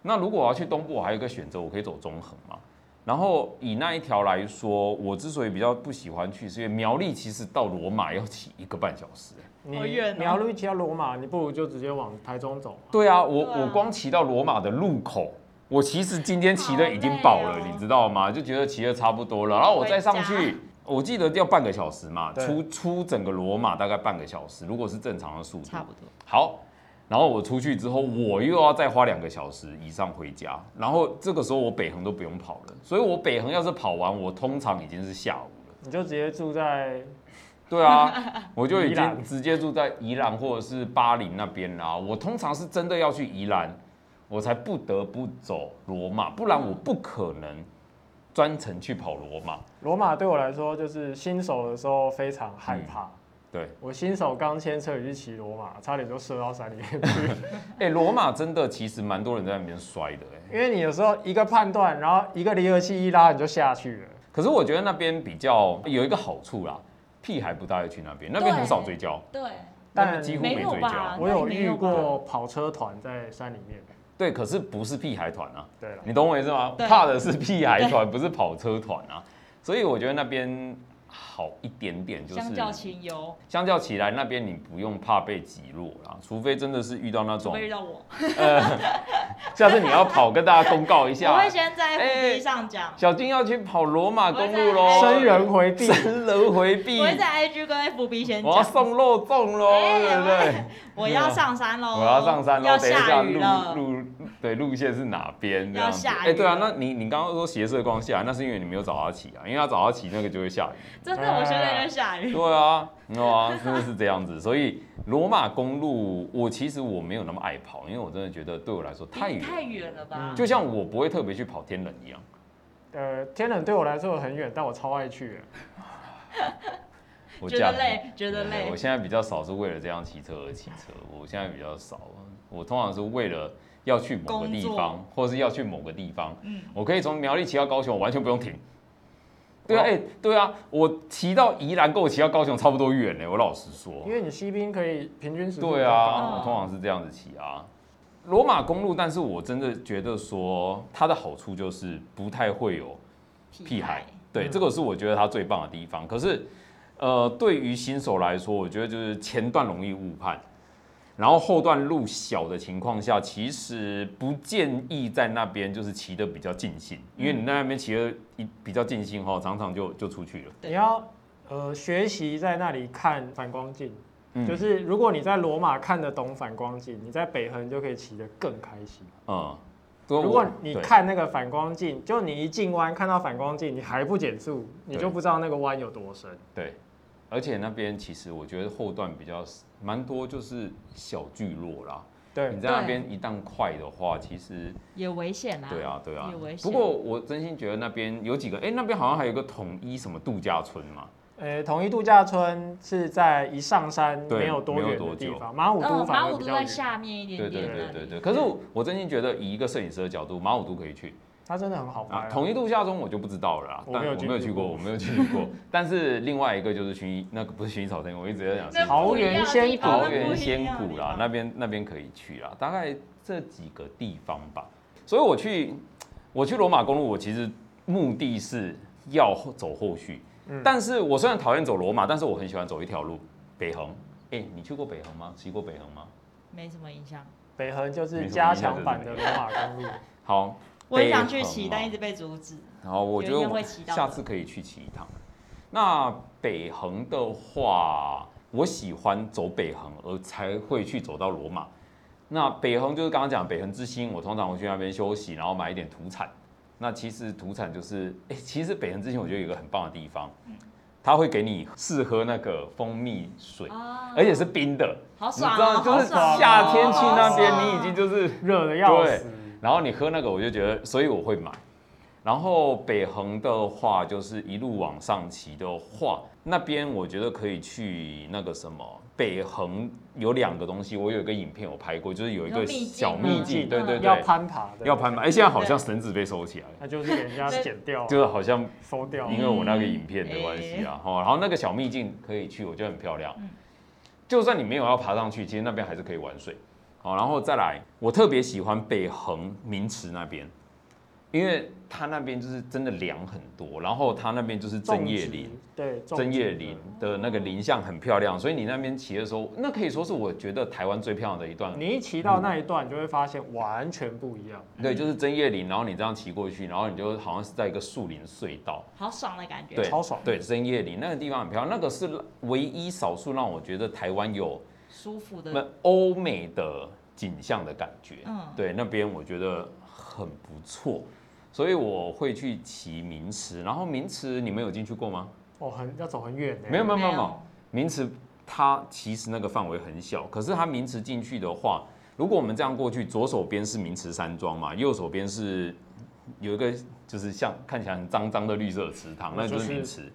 S1: 那如果我要去东部，我还有一个选择，我可以走中横嘛。然后以那一条来说，我之所以比较不喜欢去，是因为苗栗其实到罗马要骑一个半小时。
S2: 你
S3: 好远哦
S2: 你要路骑到罗马，你不如就直接往台中走。
S1: 对啊，我
S3: 对啊
S1: 我光骑到罗马的路口，我其实今天骑的已经饱了
S3: 好，累哦啊
S1: 你知道吗？就觉得骑的差不多了，然后我再上
S3: 回
S1: 去
S3: 家，
S1: 我记得要半个小时嘛，
S2: 对
S1: 出出整个罗马大概半个小时，如果是正常的速度
S3: 差。不多。
S1: 好，然后我出去之后，我又要再花两个小时以上回家，然后这个时候我北横都不用跑了，所以我北横要是跑完，我通常已经是下午了。
S2: 你就直接住在
S1: 对啊，我就已
S2: 宜
S1: 经
S2: 兰
S1: 直接住在宜兰或者是巴黎那边啦。我通常是真的要去宜兰，我才不得不走罗马，不然我不可能专程去跑罗马。
S2: 罗马，对我来说就是新手的时候非常害
S1: 嗯
S2: 怕。
S1: 对，
S2: 我新手刚牵车也去骑罗马，差点就射到山里面去。
S1: 哎、罗马真的其实蛮多人在那边摔的、哎。
S2: 因为你有时候一个判断，然后一个离合器一拉，你就下去了。
S1: 可是我觉得那边比较有一个好处啦，屁孩不大会去那边，那边很少追焦，
S3: 对，
S1: 那
S2: 但
S1: 边几乎
S3: 没
S1: 没
S3: 有
S1: 追
S3: 吧
S1: 焦。
S2: 我有遇
S3: 那你没
S2: 过跑车团在山里面。
S1: 对，可是不是屁孩团啊，
S2: 对了，
S1: 你懂我意思吗？
S3: 对
S1: 怕的是屁孩团，不是跑车团啊。所以我觉得那边好一点点，就是
S3: 相较亲友，
S1: 相较起来，那边你不用怕被挤落啦，除非真的是遇到那
S3: 除
S1: 种
S3: 非，遇到我，
S1: 下次你要跑，跟大家公告一
S3: [laughs] 我
S1: 下
S3: 会，先在
S1: 哎
S3: FB 上讲，
S1: 小金要去跑罗马公路
S3: 我
S1: 喽，
S3: 会在
S2: 生人回避，
S1: 生人回避
S3: 我，会在 IG 跟 FB 先
S1: 我要
S3: 讲，
S1: 送肉粽喽，
S3: 哎
S1: 对不对？
S3: 我要上山喽，
S1: 我要上山喽，
S3: 哦要
S1: 等一下
S3: 下雨
S1: 路
S3: 了，
S1: 路对路线是哪边这样子？
S3: 要下雨
S1: 哎，对啊，
S3: 了
S1: 那你你刚刚说斜射光啊下，那是因为你没有找他骑啊，因为他找他骑那个就会下雨。
S3: 真的，我现在就下雨，
S1: 对啊，对啊， [laughs] 真的是这样子。所以罗马公路，我其实我没有那么爱跑，因为我真的觉得对我来说太远，嗯
S3: 太远了吧？
S1: 就像我不会特别去跑天冷一样。
S2: 呃，天冷对我来说很远，但我超爱去的。
S1: 我
S3: 觉
S1: 假
S3: 得
S1: 日
S3: 累，觉得
S1: 对
S3: 累
S1: 我。现在比较少是为了这样骑车而骑车，我现在比较少，我通常是为了要去某个地
S3: 工
S1: 方
S3: 作，
S1: 或是要去某个地方，
S3: 嗯
S1: 我可以从苗栗骑到高雄，我完全不用停。对啊，
S2: 哦
S1: 哎、对啊，我骑到宜兰跟我骑到高雄差不多远呢、我老实说。
S2: 因为你西滨可以平均时速
S1: 对
S2: 比较
S1: 啊，
S2: 高
S1: 我通常是这样子骑啊。罗马公路，但是我真的觉得说它的好处就是不太会有屁孩，对，
S2: 嗯
S1: 这个是我觉得它最棒的地方。可是，呃，对于新手来说，我觉得就是前段容易误判，然后后段路小的情况下，其实不建议在那边就是骑得比较尽兴，因
S2: 嗯
S1: 为你在那边骑得一比较尽兴哈，常常就就出去了。
S3: 对
S2: 你要呃学习在那里看反光镜，
S1: 嗯
S2: 就是如果你在罗马看得懂反光镜，你在北横就可以骑得更开心。
S1: 嗯，如
S2: 如果你看那个反光镜，就你一进弯看到反光镜，你还不减速，你
S1: 对
S2: 就不知道那个弯有多深。
S1: 对，而且那边其实我觉得后段比较蛮多，就是小聚落啦。
S2: 对
S1: 你，在那边一旦快的话，其实
S3: 也危险啦。
S1: 对啊，对啊
S3: 也危。险
S1: 不过我真心觉得那边有几个，哎、那边好像还有一个统一什么度假村嘛，
S2: 呃，统一度假村是在一上山
S1: 对
S2: 没有多远的地
S1: 没有多
S2: 方，马武都
S3: 嗯，
S2: 反
S3: 马
S2: 而
S3: 武
S2: 比
S3: 都
S2: 较
S3: 在
S2: 远，
S3: 下面一
S1: 对
S3: 点
S1: 对
S3: 点啊那里。
S1: 对对对。可是我我真心觉得以一个摄影师的角度，马武都可以去
S2: 它真的很好拍
S1: 啊。
S2: 啊。
S1: 统一度假村我就不知道了啦，
S2: 我
S1: 但
S2: 没有
S1: 我没有去
S2: 去
S1: 过，
S2: 过
S1: 我没有去过。但是另外一个就是薰衣，那个不是薰衣草森林，我一直在讲薰衣
S3: 那
S1: 草森林
S2: 桃
S3: 不一样
S2: 园
S3: 的
S2: 仙
S3: 地方
S1: 桃
S3: 那不
S1: 园
S3: 一
S1: 仙
S3: 样的
S1: 谷
S3: 地
S1: 啦
S3: 方，
S1: 那边那边可以去啦，大概这几个地方吧。所以我去我去罗马公路，我其实目的是要后走后续，
S2: 嗯
S1: 但是我虽然讨厌走罗马，但是我很喜欢走一条路北横。哎、你去过北横吗？骑过北横吗？
S3: 没什么印象。
S1: [laughs]
S2: 北横就是加强版的罗马公路，
S1: 好，
S3: 我很想去骑，但一直被阻止。
S1: 然后啊我觉得
S3: 有一天
S1: 我
S3: 会骑到
S1: 下
S3: 的
S1: 次可以去骑一趟。那北横的话，我喜欢走北横，而才会去走到罗马。那北横就是刚刚讲北横之星，我通常会去那边休息，然后买一点土产。那其实土产就是，哎、其实北横之星我觉得有一个很棒的地方，它会给你试喝那个蜂蜜水，
S3: 啊
S1: 而且是冰的，
S3: 好
S1: 你
S3: 爽
S1: 知
S3: 哦，
S1: 道，就是
S3: 好爽哦
S1: 夏天去那边，
S3: 好爽哦
S1: 你已经就是
S2: 热的要
S1: 对
S2: 死。
S1: 然后你喝那个，我就觉得，所以我会买。然后北横的话，就是一路往上骑的话，那边我觉得可以去那个什么北横有两个东西，我有一个影片我拍过，就是有一
S3: 有
S1: 个
S3: 秘境
S1: 小
S3: 吗
S1: 秘境，对对
S3: 嗯
S2: 要
S1: 对，
S2: 攀爬的，
S1: 要攀爬。哎，现在好像绳子被收起来了，
S2: 那就是给人家
S3: [laughs] 对
S2: 剪掉，
S1: 就是好像
S2: 收掉。
S1: 因为我那个影片
S2: 嗯
S1: 的关系
S2: 哎
S1: 啊，哈，然后那个小秘境可以去，我觉得很漂亮
S3: 嗯。
S1: 就算你没有要爬上去，其实那边还是可以玩水。好，然后再来，我特别喜欢北横名池那边，因为它那边就是真的凉很多，然后它那边就是
S2: 种
S1: 针叶
S2: 植
S1: 林，，
S2: 对，种
S1: 针叶
S2: 植
S1: 林
S2: 的
S1: 的那个林相很漂亮，所以你那边骑的时候，那可以说是我觉得台湾最漂亮的一段。
S2: 你一骑到那一段，你就会发现完全不一样。
S1: 对，就是针叶林，然后你这样骑过去，然后你就好像是在一个树林隧道。
S3: 好爽的感觉。
S1: 对，
S2: 超爽
S1: 对，深夜里那个地方很漂亮，那个是唯一少数让我觉得台湾有
S3: 舒服
S1: 那
S3: 的，
S1: 欧美的景象的感觉。
S3: 嗯
S1: 对，那边我觉得很不错，所以我会去骑名池。然后名池你们有进去过吗？
S2: 哦，很要走很远呢。
S1: 没有没有没有
S3: 没
S1: 没有
S3: 有，
S1: 名池它其实那个范围很小，可是它名池进去的话，如果我们这样过去，左手边是名池山庄嘛，右手边是有一个就是像看起来很脏脏的绿色的池塘，那就是名池。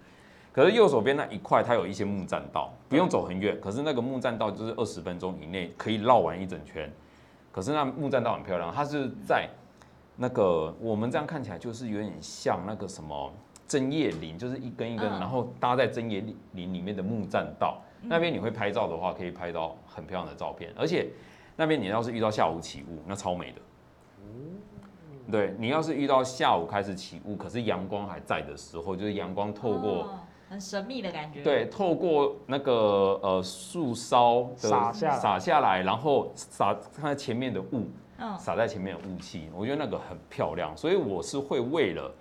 S1: 可是右手边那一块，它有一些木栈道，不用走很远。可是那个木栈道就是二十分钟以内可以绕完一整圈。可是那木栈道很漂亮，它是在那个我们这样看起来就是有点像那个什么针叶林，就是一根一根，
S3: 嗯
S1: 然后搭在针叶林里面的木栈道。
S3: 嗯
S1: 那边你会拍照的话，可以拍到很漂亮的照片，而且那边你要是遇到下午起雾，那超美的。对你要是遇到下午开始起雾，可是阳光还在的时候，就是阳光透过、
S3: 哦很神秘的感觉。
S1: 对透过那个呃树梢的
S2: 洒下来
S1: 洒下来，然后洒看前面的雾，
S3: 嗯，
S1: 洒在前面的雾气，我觉得那个很漂亮，所以我是会为了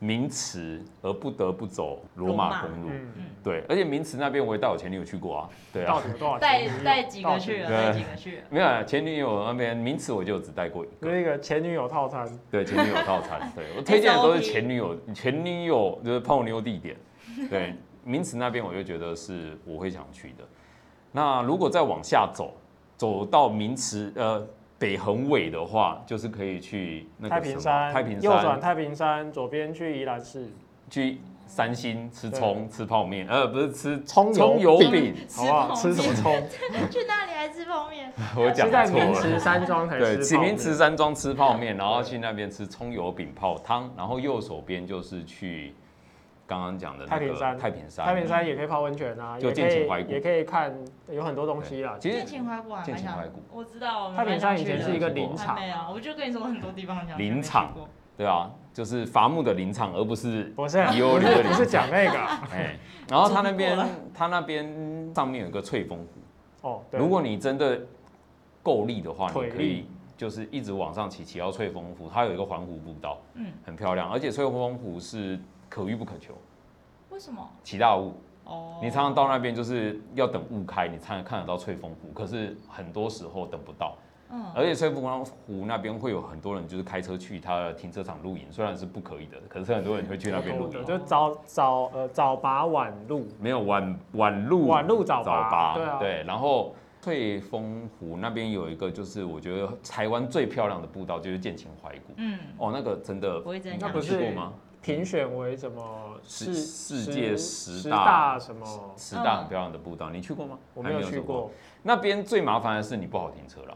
S1: 名池而不得不走罗马公路。
S2: 嗯，
S3: 嗯
S1: 对，而且名池那边我也带我前女友去过啊，对 [laughs]
S2: 到
S1: 啊，
S2: 底有多少
S3: 带
S2: 钱？
S3: 带几个去了，
S1: 对
S3: 带几个去
S1: [laughs]
S3: 了。
S1: 没有啊前女友那边名池我就只带过一
S2: 有
S1: 个，
S2: 一个前女友套餐，
S1: 对，前女友套餐，对我推荐的都是前女友，前女友就是泡妞地点，对，名池那边我就觉得是我会想去的。那如果再往下走，走到名池呃北横尾的话，就是可以去那个
S2: 太
S1: 什
S2: 平
S1: 么
S2: 山，
S1: 太平
S2: 右转
S1: 山
S2: 太平山，左边去宜兰市，
S1: 去三星吃葱吃泡面，呃，不是吃
S2: 葱油
S1: 葱油
S2: 饼
S1: 饼，
S3: 吃
S2: 好不好？
S3: 泡
S2: 吃什么
S3: 面
S2: 葱？
S3: 去那里还吃泡面，
S1: [laughs] 我讲
S2: 是在
S1: 错
S2: 明
S1: 了。
S2: 池山庄才
S1: 对，
S2: 吃
S1: 启
S2: 泡
S1: 明
S2: 面。
S1: 池山庄吃泡面，然后去那边吃葱油饼泡汤，然后右手边就是去刚刚讲的那
S2: 太
S1: 个
S2: 平山
S1: 太平山。
S2: 太平山也可以泡温泉啊，
S1: 就
S2: 也
S1: 近
S2: 可
S1: 秦
S2: 以
S1: 淮谷
S2: 也可以看，有很多东西啦。
S1: 其实
S3: 剑琴怀古还
S1: 剑
S3: 蛮
S1: 琴怀
S3: 想
S1: 古，
S3: 我知道，我们
S2: 太平山
S3: 蛮想
S2: 以
S3: 去的
S2: 前是一个林
S3: 还 [laughs]
S2: 场，
S3: 没有，我就跟你说很多地方想去
S1: 林场，
S3: 没去过
S1: 对啊，就是伐木的林场，而不是
S2: 不是
S1: 有那个
S2: 不是讲那个啊 [laughs]
S1: 哎。然后它那
S3: 注意
S1: 边
S3: 过
S1: 它那边上面有个翠峰湖，
S2: 哦。对
S1: 如果你真的够力的话，
S2: 腿
S1: 你可以就是一直往上骑，骑到翠峰湖，它有一个环湖步道，
S3: 嗯，
S1: 很漂亮，而且翠峰湖是可遇不可求，
S3: 为什么？
S1: 骑大雾。
S3: 哦，
S1: 你常常到那边就是要等雾开，你才能看得到翠峰湖，可是很多时候等不到，
S3: 嗯，
S1: 而且翠峰湖那边会有很多人就是开车去它的停车场露营，虽然是不可以的，可是很多人会去那边露
S2: 对
S1: 营。
S2: 就早早呃早拔晚露，
S1: 没有晚晚露
S2: 晚露早
S1: 早
S2: 拔
S1: 八，
S2: 对啊
S1: 然后翠峰湖那边有一个就是我觉得台湾最漂亮的步道就是剑琴怀古，
S3: 嗯，
S1: 哦，那个真的
S3: 我一直很
S1: 你
S3: 想
S1: 有
S2: 去
S1: 去过吗？
S2: 评选为什么
S1: 嗯世
S2: 世
S1: 世界十
S2: 十
S1: 大
S2: 大什么？
S1: 十大很漂亮的步道，你去过吗？
S2: 哦我没有
S1: 还
S2: 去
S1: 走
S2: 过，
S1: 那边最麻烦的是你不好停车了。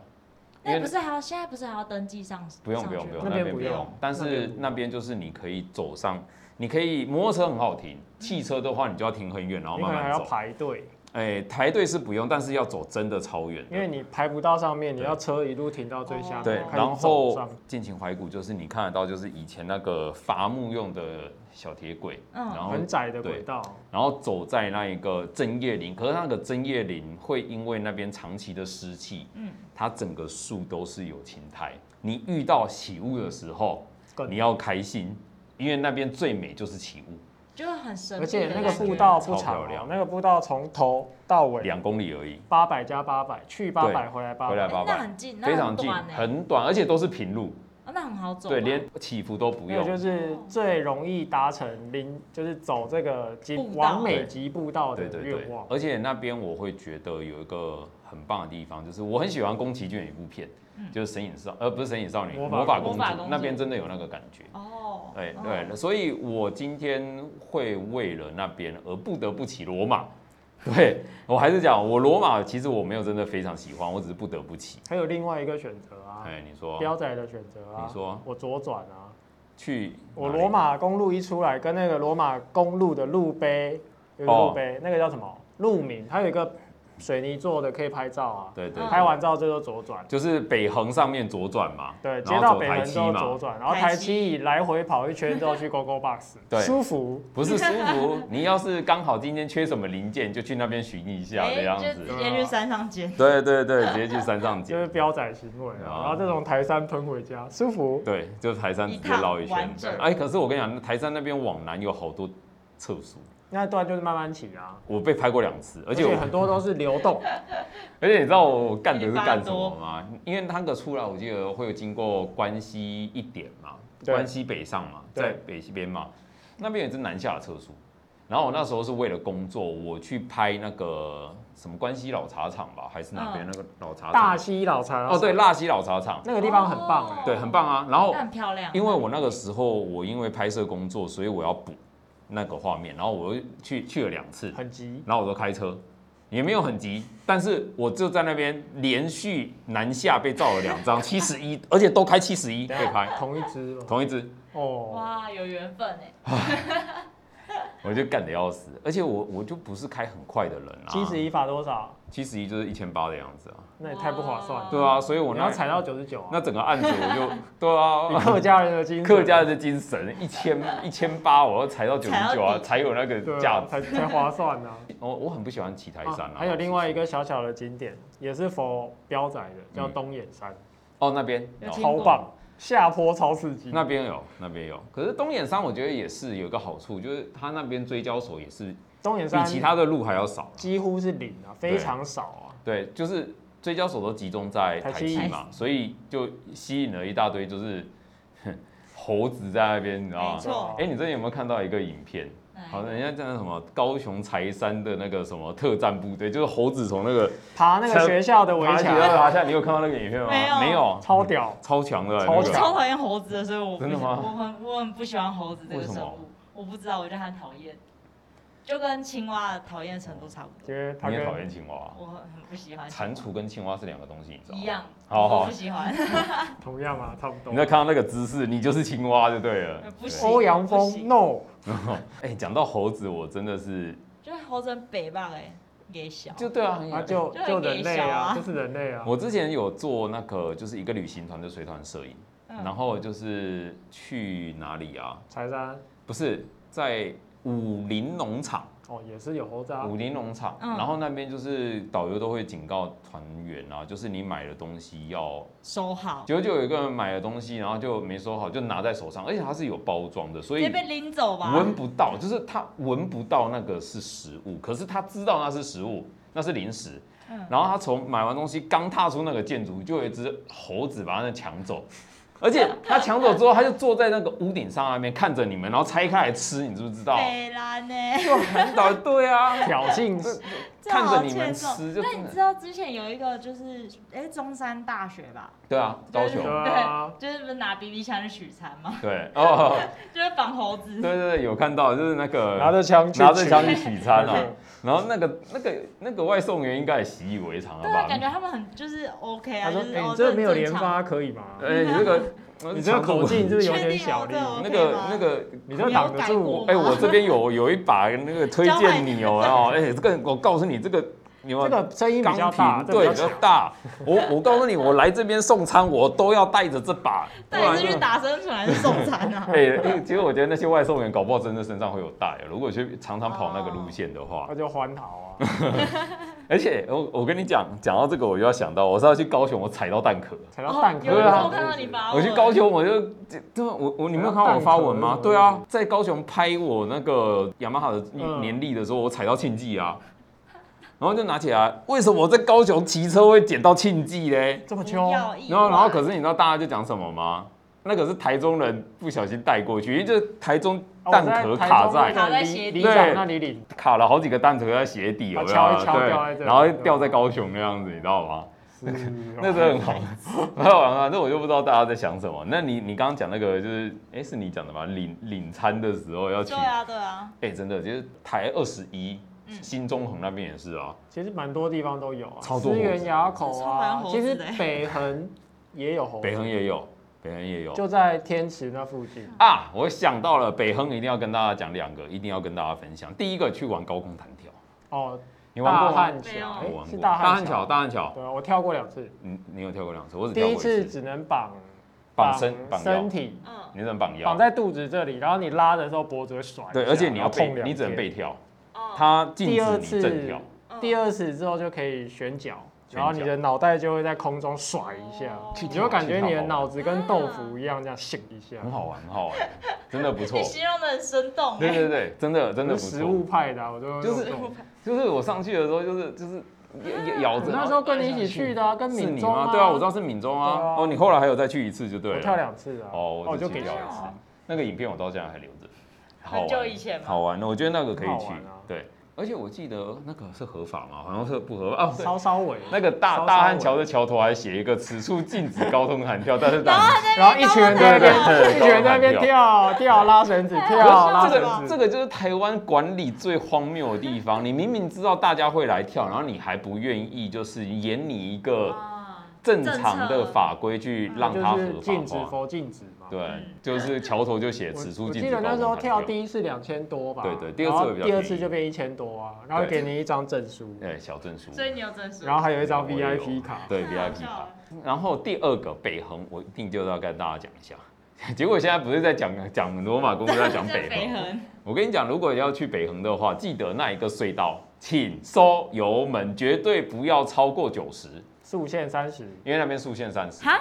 S1: 因为
S3: 那不是还要现在不是还要登记上？
S1: 不用
S3: 上
S1: 不用
S3: 去
S1: 不用，
S3: 吗
S2: 那边不用
S1: 但
S2: 那边
S1: 是
S2: 不用
S1: 那边就是你可以走上，你可以摩托车很好停，汽车的话你就要停很远，然后
S2: 你可
S1: 慢
S2: 能还
S1: 慢
S2: 要
S1: 走。
S2: 排队，
S1: 哎，排队是不用，但是要走真的超远的。
S2: 因为你排不到上面，你
S1: 对
S2: 要车一路停到最下面，
S1: 对，
S2: 开始
S1: 然
S2: 走
S1: 后
S2: 上
S1: 剑琴怀古就是你看得到，就是以前那个伐木用的小铁轨，
S3: 嗯
S1: 然后
S2: 很窄的轨道，
S1: 然后走在那一个针叶林，可是那个针叶林会因为那边长期的湿气，
S3: 嗯
S1: 它整个树都是有青苔。你遇到起雾的时候，
S2: 更
S1: 你要开心，因为那边最美就是起雾，
S3: 就是很神秘
S2: 而
S3: 的感
S2: 且
S3: 觉。
S2: 那个步道
S1: 超
S2: 不长
S1: 漂
S2: 哦
S1: 亮，
S2: 那个步道从头到尾
S1: 两公里而已，
S2: 八百加八百，去八百回来八
S1: 回
S2: 百，
S1: 来
S3: 哎
S1: 八
S3: 那
S1: 百，
S3: 很近，那
S1: 非常近
S3: 短，欸
S1: 很短，而且都是平路，
S3: 啊那很好走吧。
S1: 对，连起伏都不
S2: 那个就
S1: 用。
S2: 是最容易达成零，就是走这个
S3: 步
S2: 金
S3: 道
S2: 完美级步道的
S1: 对对对
S2: 愿望，。
S1: 而且那边我会觉得有一个很棒的地方，就是我很喜欢宫崎骏有一部片，
S3: 嗯
S1: 就是《神隐少》，呃，不是《神隐少女》，
S2: 魔法
S1: 魔法
S3: 公
S1: 公主
S3: 主魔法公主
S1: 那边真的有那个感觉。
S3: 哦，
S1: 哎对
S3: 哦
S1: 对，所以我今天会为了那边而不得不骑罗马。 [laughs] 对我还是讲，我罗马其实我没有真的非常喜欢，我只是不得不骑。
S2: 还有另外一个选择啊，
S1: 哎，你说
S2: 标仔的选择啊，
S1: 你说
S2: 我左转啊，
S1: 去
S2: 我
S1: 哪里
S2: 罗马公路一出来，跟那个罗马公路的路碑有个
S1: 哦
S2: 路碑，那个叫什么路名，它有一个水泥做的可以拍照啊，
S1: 对对，
S3: 嗯
S1: 对
S2: 拍完照之后就左转。
S1: 就是北横上面左转嘛，
S2: 对，接
S1: 然
S2: 到
S1: 后走
S2: 北
S1: 台
S2: 横之
S1: 七
S2: 后左
S1: 嘛，
S2: 转，然后
S3: 台
S2: 台
S3: 七
S2: 七来回跑一圈之后去
S3: [laughs]
S2: GoGo Box，
S1: 对
S2: 舒服。
S1: 不是舒服。 [laughs] 你要是刚好今天缺什么零件，就去那边寻一下的
S3: 哎
S1: 样
S3: 就
S1: 子
S3: 直。接去山上捡。
S1: 对对对，直接去山上
S2: [laughs] 就是
S1: 捡。
S2: 标仔行为啊，
S1: 啊
S2: 然后这种台山喷回家，舒服。
S1: 对，就台山直接嗯绕一
S3: 一趟完
S1: 圈
S3: 整。
S1: 哎，可是我跟你讲，台山那边往南有好多厕所，
S2: 那段就是慢慢骑啊，
S1: 我被拍过两次，而
S2: 而
S1: 且
S2: 且
S1: 我
S2: 很多都是流
S1: [laughs]
S2: 动，
S1: 而且你知道我干的是干什么吗？因为那个出来，我记得会有经过关西一点嘛，
S2: 对
S1: 关西北上嘛，
S2: 对
S1: 在北西边嘛，那边有一只南下的车速。然后我那时候是为了工作，我去拍那个什么关西老茶厂吧，还是哪边
S3: 嗯
S1: 那个老茶
S2: 大
S1: 厂？
S2: 溪老茶
S1: 哦，对，腊西老茶厂，
S2: 那个地方很棒哎、
S3: 哦
S1: 对，很棒啊。然后
S3: 那很漂亮。
S1: 因为我那个时候我因为拍摄工作，所以我要补那个画面，然后我又去去了两次，
S2: 很急。
S1: 然后我就开车，也没有很急，但是我就在那边连续南下被照了两
S2: [laughs]
S1: 张七十一，而且都开七十一
S2: 啊
S1: 被拍，
S2: 同一只吗
S1: 同一只，
S2: 哦，
S3: 哇，有缘分哎，
S1: 我就干得要死，而且我我就不是开很快的人啊，
S2: 七十一罚多少？
S1: 七十一就是一千八的样子啊，
S2: 那也太不划算了。
S1: 对啊，所以我
S2: 你
S1: 那
S2: 要踩到九十九啊！
S1: 那整个案子我就对
S2: 你 [laughs]
S1: 啊。
S2: 客家人的精神，
S1: 客家的精神，一千一千八，我要踩到九十
S3: 踩
S1: 九
S3: 到
S1: 啊，
S3: 底
S1: 才有那个
S2: 对
S1: 价
S2: 啊，
S1: 值。
S2: 才才划算啊
S1: [laughs]
S2: 呢、
S1: 我我很不喜欢骑台
S2: 啊
S1: 山啊。
S2: 还有另
S1: 老
S2: 外
S1: 实
S2: 一个小小的景点，也是佛标仔的，叫
S1: 嗯
S2: 东眼山，
S1: 说哦，那边
S3: 有
S1: 哦
S3: 听
S2: 超
S3: 过
S2: 棒，下坡超刺激。
S1: 那边有，那边有。可是东眼山我觉得也是有一个好处，就是它那边追焦手也是
S2: 东眼
S1: 比
S2: 山
S1: 其他的路还要少。
S2: 几乎是零啊，非
S1: 对
S2: 常少啊。
S1: 对，就是追焦手都集中在
S2: 台
S1: 台
S2: 七
S1: 七嘛，所以就吸引了一大堆就是 [laughs] 哼猴子在那边，你知道
S3: 没
S1: 吗？
S3: 错。
S1: 哎、你之前有没有看到一个影片？
S3: 哎
S1: 好像人家叫什么高雄柴山的那个什么特战部队，就是猴子从那个
S2: 爬那个
S1: 车
S2: 学校的围
S1: 爬起
S2: 墙，啊
S1: 来爬下，你有看到那个影片吗？
S3: 没有
S1: 没有，
S2: 超屌，
S1: 超强的、
S2: 超
S1: 那
S3: 我
S1: 个
S2: 强
S3: 超讨厌猴子的，所以我不
S1: 真的吗
S3: 我很我很不喜欢猴子这
S1: 为
S3: 个
S1: 什
S3: 生
S1: 么
S3: 物，我不知道，我觉得它很讨厌，就跟青蛙的讨厌程度差不多。
S2: 因为他
S1: 你也
S2: 跟
S1: 讨厌青蛙、
S3: 我很很不喜欢青蛙
S1: 蟾蜍跟青蛙是两个东西，你知道吗？
S3: 一样，
S1: 好好
S3: 我不喜欢。 [laughs]
S2: 同样嘛，差不
S1: 你在
S2: 多。
S1: 看到那个姿势，你就是青蛙就对了哦
S3: 呃。不行
S2: 欧阳
S3: 不
S2: 锋
S3: 行
S2: ，no，
S1: 对哎，讲到猴子，我真的是
S3: 就是猴子很北棒哎，给小，
S1: 就对啊，
S2: 他就
S3: 就很
S2: 就人类
S3: 给小
S2: 啊，
S3: 啊
S2: 就是人类啊。
S1: 我之前有做那个，就是一个旅行团的随团摄影，然
S3: 嗯，
S1: 后就是去哪里啊？
S2: 柴山
S1: 不是在武林农场，
S2: 哦，也是有猴子啊，
S1: 武林农场，
S3: 嗯
S1: 然后那边就是导游都会警告团员啊，就是你买的东西要
S3: 收好，
S1: 结果就有一个人买了东西，然后就没收好，就拿在手上，而且它是有包装的，所
S3: 直
S1: 以
S3: 接被拎走吧。
S1: 闻不到，就是他闻不到那个是食物，可是他知道那是食物，那是零食。
S3: 嗯
S1: 然后他从买完东西刚踏出那个建筑，就有一只猴子把那抢走，而且他抢走之后，他就坐在那个屋顶上那边看着你们，然后拆开来吃，你知不知道？
S3: 北兰呢？
S1: 就很倒对啊，
S2: 挑衅
S1: 这
S3: 这
S1: 看着
S3: 好
S1: 你们
S3: 欠揍。
S1: 吃就
S3: 那
S1: 真
S3: 你
S1: 的
S3: 知道之前有一个就是，哎，中山大学吧，
S1: 对
S3: [laughs]
S1: 啊，高
S3: 对
S1: 雄
S2: 对啊，
S3: 就是不是拿 BB 枪去取餐吗？ [laughs]
S1: 对哦，
S3: 就是防猴
S1: 对
S3: 子。
S1: 对对，有看到就是那
S2: 拿
S1: 个
S2: 着枪去
S1: 拿着枪
S2: 取
S1: 去取餐啊，
S2: 对
S1: [laughs] 然后那个那个那个外送员应该也习以为常了
S3: 对啊，
S1: 吧？
S3: 感觉他们很就是 OK
S2: 他
S3: 啊，
S2: 说
S3: 就：“
S2: 哎、
S3: 是哦
S2: 你这
S3: 很
S2: 没有
S3: 正
S2: 连
S3: 常
S2: 发可以吗？
S1: 哎，你这个
S2: 你这个口径是不是有点小力
S3: 确？定哦
S1: 那
S3: 可以
S1: 个
S3: 吗
S1: 那个，
S2: 你这挡得
S3: 你有改
S2: 住
S3: 过？
S1: 哎，我这边
S3: [laughs]
S1: 有有一把那个推荐你哦，然后哎，这个我告诉你，这个你
S2: 这
S1: 们
S2: 个声音比较
S1: 钢
S2: 大，
S1: 瓶
S2: 这个
S1: 对
S2: 比
S1: 比较
S2: [laughs] 较小
S1: 大，我我告诉你，我来这边送餐，我都要带着这
S3: [laughs]
S1: 把，不
S3: 到
S1: 然
S3: 底是去
S1: 就。
S3: 打生存还是送餐
S2: [laughs]
S3: 啊？
S1: 哎，哎其实我觉得那些外送员搞不好真的身上会有带，如果去常常跑那个路线的话 [laughs]
S2: 那，就欢逃啊。
S1: 而且我我跟你讲，讲到这个我就要想到，我上次去高雄，我踩到蛋壳。
S2: 踩
S3: 然
S2: 到
S3: 后
S2: 蛋
S1: 有
S2: 壳
S1: 对啊
S3: 我看到你发
S1: 我
S3: 文
S1: 去高雄，我就这这我我你没有看到我发文
S2: 蛋
S1: 吗
S2: 壳？
S1: 对啊，在高雄拍我那个雅马哈的
S2: 嗯
S1: 年历的时候，我踩到庆记啊，然后就拿起来，为什么我在高雄骑车会捡到庆记嘞？
S2: [laughs] 这么
S3: 不
S2: 秋，
S3: 要意
S1: 然后然后可
S3: 外
S1: 是你知道大家就讲什么吗？那个是台中人不小心带过去，因为就是台中
S2: 哦
S1: 蛋
S2: 我
S1: 壳
S2: 台
S1: 卡
S2: 中
S1: 在
S2: 那个
S3: 卡在
S2: 里
S3: 鞋
S1: 底
S2: 里长
S1: 对
S2: 那
S1: [laughs]
S2: 里领，
S1: 卡了好几个蛋壳在鞋底，有
S2: 把
S1: 没
S2: 啊敲一
S1: 有？
S2: 敲
S1: 对
S2: 掉在这，里嗯
S1: 然后掉在高雄那样子，你知道吗？
S2: 哦
S1: 那时候很好，很好玩啊！那我就不知道大家在想什么。那你你刚刚讲那个就是，哎、是你讲的吧？领领餐的时候要请，
S3: 对
S1: 哎、
S3: 啊对啊，
S1: 真的就是台二十一
S3: 嗯，
S1: 新中横那边也是啊。
S2: 其实蛮多地方都有啊，
S1: 超多
S2: 思源
S1: 猴子
S2: 垭口
S3: 超蛮
S2: 啊，
S3: 猴
S2: 其实
S3: 子的欸
S2: 北横也有猴子，
S1: 北横也有，北横也有。
S2: 哦就在天池那附
S3: 嗯
S2: 近。
S1: 啊，我想到了，北横一定要跟大家讲两个，一定要跟大家分享。第一个去玩高空弹跳，
S2: 哦，
S1: 你玩过
S2: 大
S1: 吗？
S2: 汉桥
S3: 没有，
S1: 我
S2: 诶
S1: 玩
S2: 是
S1: 过。
S2: 大
S1: 大
S2: 汉
S1: 汉桥，
S2: 桥，
S1: 大汉桥，
S2: 对啊，我跳过两次，
S1: 你你有跳过两次，我只
S2: 第
S1: 跳过
S2: 一次
S1: 次。
S2: 只能绑
S1: 绑身绑腰
S2: 身体，
S3: 嗯
S1: 你只能绑腰
S2: 绑，在肚子这里，然后你拉的时候脖子会甩一下，
S1: 对，而且你要
S2: 然后碰
S1: 背，
S2: 两
S1: 你只能
S2: 天
S1: 背跳，
S3: 哦，
S1: 它禁
S2: 第二
S1: 止你
S2: 次嗯
S1: 正跳。，
S2: 第
S3: 二
S2: 二次之后就可以旋脚，
S1: 旋
S2: 然后你
S1: 脚
S2: 的脑袋就会在空中甩一下
S3: 哦，
S2: 你就会感觉你的
S1: 去跳
S2: 脑子跟豆腐一样这样醒一下。
S1: 很好玩，很好玩，真的不错
S2: [laughs]
S3: 你。形容的很生动
S1: 对
S3: 欸， [laughs]
S1: 对对，真的真的
S2: 我
S1: 不
S2: 是食
S1: 错
S2: 物。派的啊，我都
S1: 就是
S2: 那种
S1: 就是我上去的时候，就是就是咬咬
S2: 我
S1: 着。
S2: 那时候跟你一起去的啊，跟
S1: 是
S2: 闽
S1: 你
S2: 中
S1: 吗？
S2: 啊，
S1: 对啊，我知道是闽中
S2: 对啊
S1: 啊。哦，你后来还有再去一次就对
S2: 我
S1: 了。
S2: 跳两次啊，
S1: 哦，我
S2: 我
S1: 自
S2: 就
S1: 己
S2: 给啊
S1: 跳
S2: 跳
S1: 一
S2: 一
S1: 次
S2: 次。
S1: 那个影片我到现在还留着，好
S3: 很久
S1: 玩
S3: 以，前嘛，
S1: 好玩。我觉得那个可以
S2: 很好
S1: 去
S2: 玩啊，
S1: 对。而且我记得那个是合法吗？好像是不合法哦。 [laughs] 对
S2: 稍稍尾，
S1: 那个
S2: 稍稍
S1: 大
S2: 微
S1: 大汉桥的桥头还写一个“此处禁止高空弹跳”，但是
S3: 然后
S1: 大
S3: [laughs] 还在
S2: 然后一群人在那边
S1: 对对，对
S2: 一群人在那边跳跳拉绳子，
S3: 哎
S2: 跳拉
S1: 可是这
S2: 绳
S1: 个
S2: 子，
S1: 这个就是台湾管理最荒谬的地方。你明明知道大家会来跳，然后你还不愿意，就是演你一个
S3: 啊
S1: 正常的法规去让它
S2: 就是
S1: 合
S2: 禁止
S1: 法化。
S2: 佛禁止嘛。
S1: 对
S3: 嗯，
S1: 就是桥头就写
S2: 我
S1: 此处
S2: 我
S1: 禁
S2: 记
S1: 止
S2: 得
S1: 高
S2: 那时候
S1: 空
S2: 跳
S1: 弹跳。
S2: 第一次两千多吧，
S1: 对对第二次
S2: 然后
S1: 会比较
S2: 第二
S1: 便
S2: 次
S1: 宜
S2: 就变一千多啊，然后
S1: 对
S2: 给你一张证书，
S1: 对，哎小证书。
S3: 所以你有证书，
S2: 然后还有一张
S1: 我也有
S2: VIP 卡，
S1: 对
S3: 太好
S1: VIP
S3: 啊笑
S1: 卡
S3: 了。
S1: 然后第二个北横，我一定就要跟大家讲一下。结果现在不是在讲讲罗马公路，在讲
S3: 在
S1: 北
S3: [laughs] 北
S1: 横。
S3: 横，
S1: 我跟你讲，如果要去北横的话，记得那一个隧道，请收油门，绝对不要超过九十，
S2: 速限三十，
S1: 因为那边速限三十。
S3: 哈，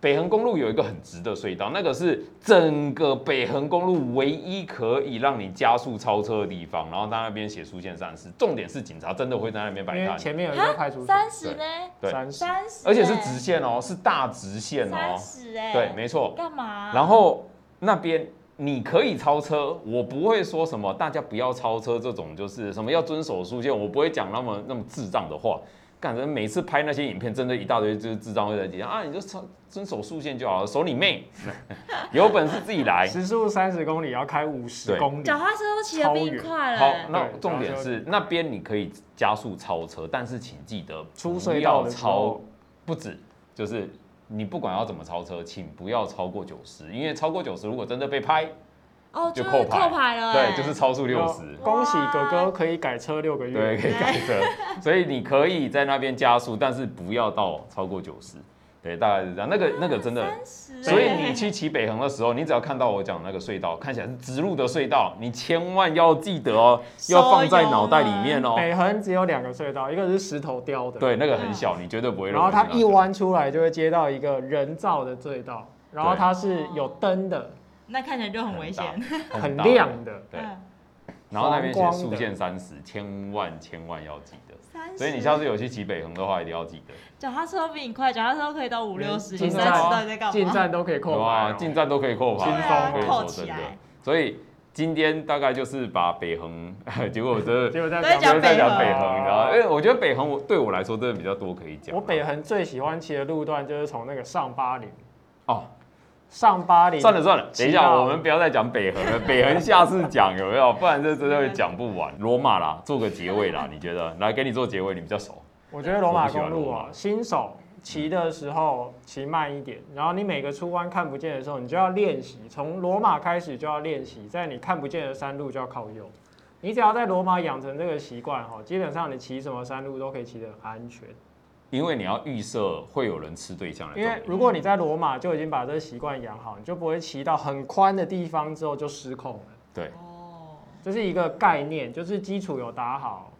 S1: 北横公路有一个很直的隧道，那个是整个北横公路唯一可以让你加速超车的地方。然后在那边写速限三十，重点是警察真的会在那边
S2: 因
S1: 摆
S2: 为
S1: 摊，
S2: 前面有一个派出所，
S3: 三十呢？
S1: 对
S2: 三十，
S3: 三十，
S1: 而且是直线哦，是大直线哦
S3: 三。十哎，
S1: 对，没错。
S3: 干嘛？
S1: 然后那边你可以超车，我不会说什么大家不要超车这种，就是什么要遵守速限，我不会讲那么那么智障的话。感觉每次拍那些影片，真的一大堆就是智障会在底下啊，你就超遵守速限就好了，守你妹， [laughs] 有本事自己来。
S2: 时速三十公里要开五十
S1: 对
S2: 公里，
S3: 脚踏车都骑得比你快了
S1: 好
S3: 欸，，
S1: 那
S2: 对
S1: 重点
S2: 主要
S1: 是那边你可以加速超车，但是请记得
S2: 出
S1: 不
S2: 隧道
S1: 要
S2: 的时
S1: 超
S2: 候，
S1: 不止就是你不管要怎么超车，请不要超过九十，因为超过九十如果真的被拍，
S3: 哦，就
S1: 就是扣牌
S3: 扣牌了欸，
S1: 对，就是超速六十，
S2: 恭喜哥哥可以改车六个
S1: 对，
S2: 月，
S1: 可以改
S2: [laughs]
S1: 车，所以你可以在那边加速，但是不要到超过九十，对，大概是这样。那个那个真的，
S3: 三十，哎
S1: 所以你去骑北横的时候，你只要看到我讲那个隧道，看起来是直路的隧道，你千万要记得哦，要放在脑袋里面哦。
S2: 北横只有两个隧道，一个是石头雕的，
S1: 对，那个很小，你绝对不会
S2: 然
S1: 认
S2: 后
S1: 为是那
S2: 它
S1: 个。
S2: 一弯出来就会接到一个人造的隧道，然后它是有灯的，
S3: 那看起来就很危险。
S1: 大
S2: 很
S1: 大
S2: 亮的，
S1: 对，
S3: 嗯，
S1: 然后那边写
S2: 黄光
S1: 速
S2: 的
S1: 限三十，千万千万要记得。
S3: 三十。
S1: 所以你下次有去骑北横的话，一定要记得。
S3: 脚踏车比你快，脚踏车可以到五六十，你
S2: 进
S3: 三十到底
S2: 站
S3: 在干
S2: 啊
S3: 嘛？啊
S2: 进站都可以扣
S1: 哇，
S2: 牌哦，
S1: 啊进站都可以扣牌，
S2: 轻松
S1: 可以
S3: 扣
S1: 说
S3: 起
S1: 真的
S3: 来。
S1: 所以今天大概就是把北横， [laughs] 结果我
S2: [laughs]
S1: 真的
S2: 结果在
S3: 都在讲
S1: 就是在讲北
S3: 北
S1: 横，你知道吗？因为我觉得北横我对我来说真的比较多可以讲啊。
S2: 我北横最喜欢骑的路段就是从那个上巴林，
S1: 哦，
S2: 上巴林
S1: 算了算了，
S2: 骑
S1: 等一下
S2: 到
S1: 我们不要再讲北横了，北横下次讲有没有？不然这真的会讲不完。罗马啦，做个结尾啦，你觉得？来给你做结尾，你比较熟。
S2: 我觉得罗马公
S1: 我不喜
S2: 路
S1: 欢罗
S2: 啊，新手骑的时候骑慢一点，然后你每个出弯看不见的时候，你就要练习，从罗马开始就要练习，在你看不见的山路就要靠右。你只要在罗马养成这个习惯哈，基本上你骑什么山路都可以骑得很安全。
S1: 因为你要预设会有人吃对象来
S2: 因
S1: 撞
S2: 为
S1: 你，
S2: 如果你在罗马就已经把这个习惯养好，你就不会骑到很宽的地方之后就失控了。
S1: 对，
S3: 哦，
S2: 这是一个概念，就是基础有打好，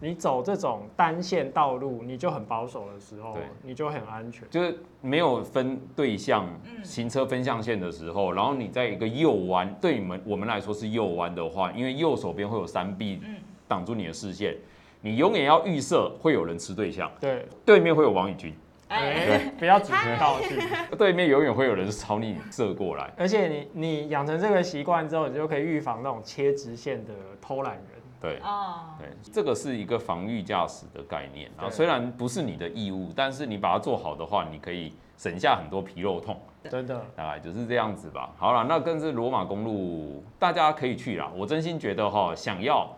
S2: 你走这种单线道路，你就很保守的时候
S1: 对，
S2: 你就很安全。
S1: 就是没有分对向
S3: 嗯
S1: 行车分向线的时候，然后你在一个右弯，对你们我们来说是右弯的话，因为右手边会有山壁
S3: 嗯，
S1: 挡住你的视线，你永远要预设会有人吃对象，
S2: 对，
S1: 对面会有王宇军，
S3: 哎，
S2: 哎，不要指名道姓。
S1: 对面永远会有人朝你射过来。
S2: 而且你你养成这个习惯之后，你就可以预防那种切直线的偷懒人。
S1: 对
S3: 哦，
S1: 对，这个是一个防御驾驶的概念啊，
S2: 对
S1: 虽然不是你的义务，但是你把它做好的话，你可以省下很多皮肉痛。
S2: 真的，
S1: 大概就是这样子吧。好了，那跟着罗马公路，大家可以去啦。我真心觉得哈，想要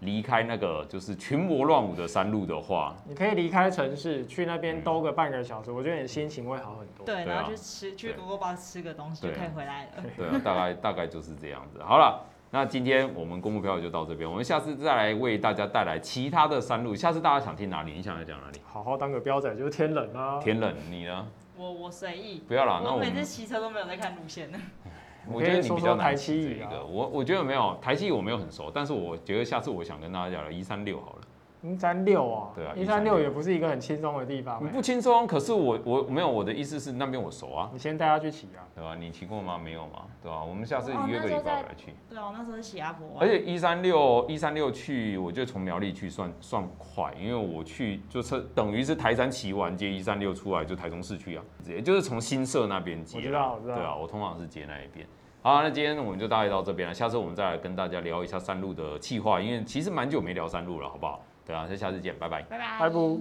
S1: 离开那个就是群魔乱舞的山路的话，
S2: 你可以离开城市，去那边
S1: 嗯
S2: 兜个半个小时，我觉得你心情会好很多。
S3: 对，
S1: 对
S3: 然
S1: 啊
S3: 后去吃去
S1: 对
S3: Google 包吃个东西就
S1: 对啊
S3: 可以回来
S1: [laughs]
S3: 了。
S1: 对啊，大概大概就是这样子。好了。那今天我们公布票就到这边，我们下次再来为大家带来其他的山路。下次大家想听哪里？你想要讲哪里？
S2: 好好当个标仔就是天冷啊。
S1: 天冷，你呢？
S3: 我我随意，
S1: 不要啦，那
S3: 我
S1: 我
S3: 每次
S1: 们
S3: 骑车都没有在看路线的。
S1: 我觉得你比较难
S2: 你
S1: 骑
S2: 可
S1: 这
S2: 以说说台七乙
S1: 一
S2: 啊
S1: 个。我我觉得没有台七乙我没有很熟，但是我觉得下次我想跟大家聊聊一三六好了。
S2: 一三六啊，
S1: 对啊
S2: 一三
S1: 136
S2: 六也不是一个很轻松的地方、
S1: 你
S2: 欸。
S1: 不轻松，可是我我没有我的意思是那边我熟啊。
S2: 你先带他去骑啊。
S1: 对吧、你骑过吗？没有嘛，对吧、我们下次
S3: 哦
S1: 约个
S3: 那
S1: 礼
S3: 时候
S1: 拜
S3: 在
S1: 来去。
S3: 对啊，我那时候是骑阿婆湾，
S1: 而且一三六一三六去，我觉得从苗栗去算算快，因为我去就是等于是台山骑完接一三六出来就台中市区啊，直接就是从新社那边接啊。
S2: 我知道我知道
S1: 对啊，我通常是接那一边。好，那今天我们就大概到这边了，下次我们再来跟大家聊一下山路的气划，因为其实蛮久没聊山路了，好不好？对啊，那下次见，拜拜。
S3: 拜拜，
S2: 拜不。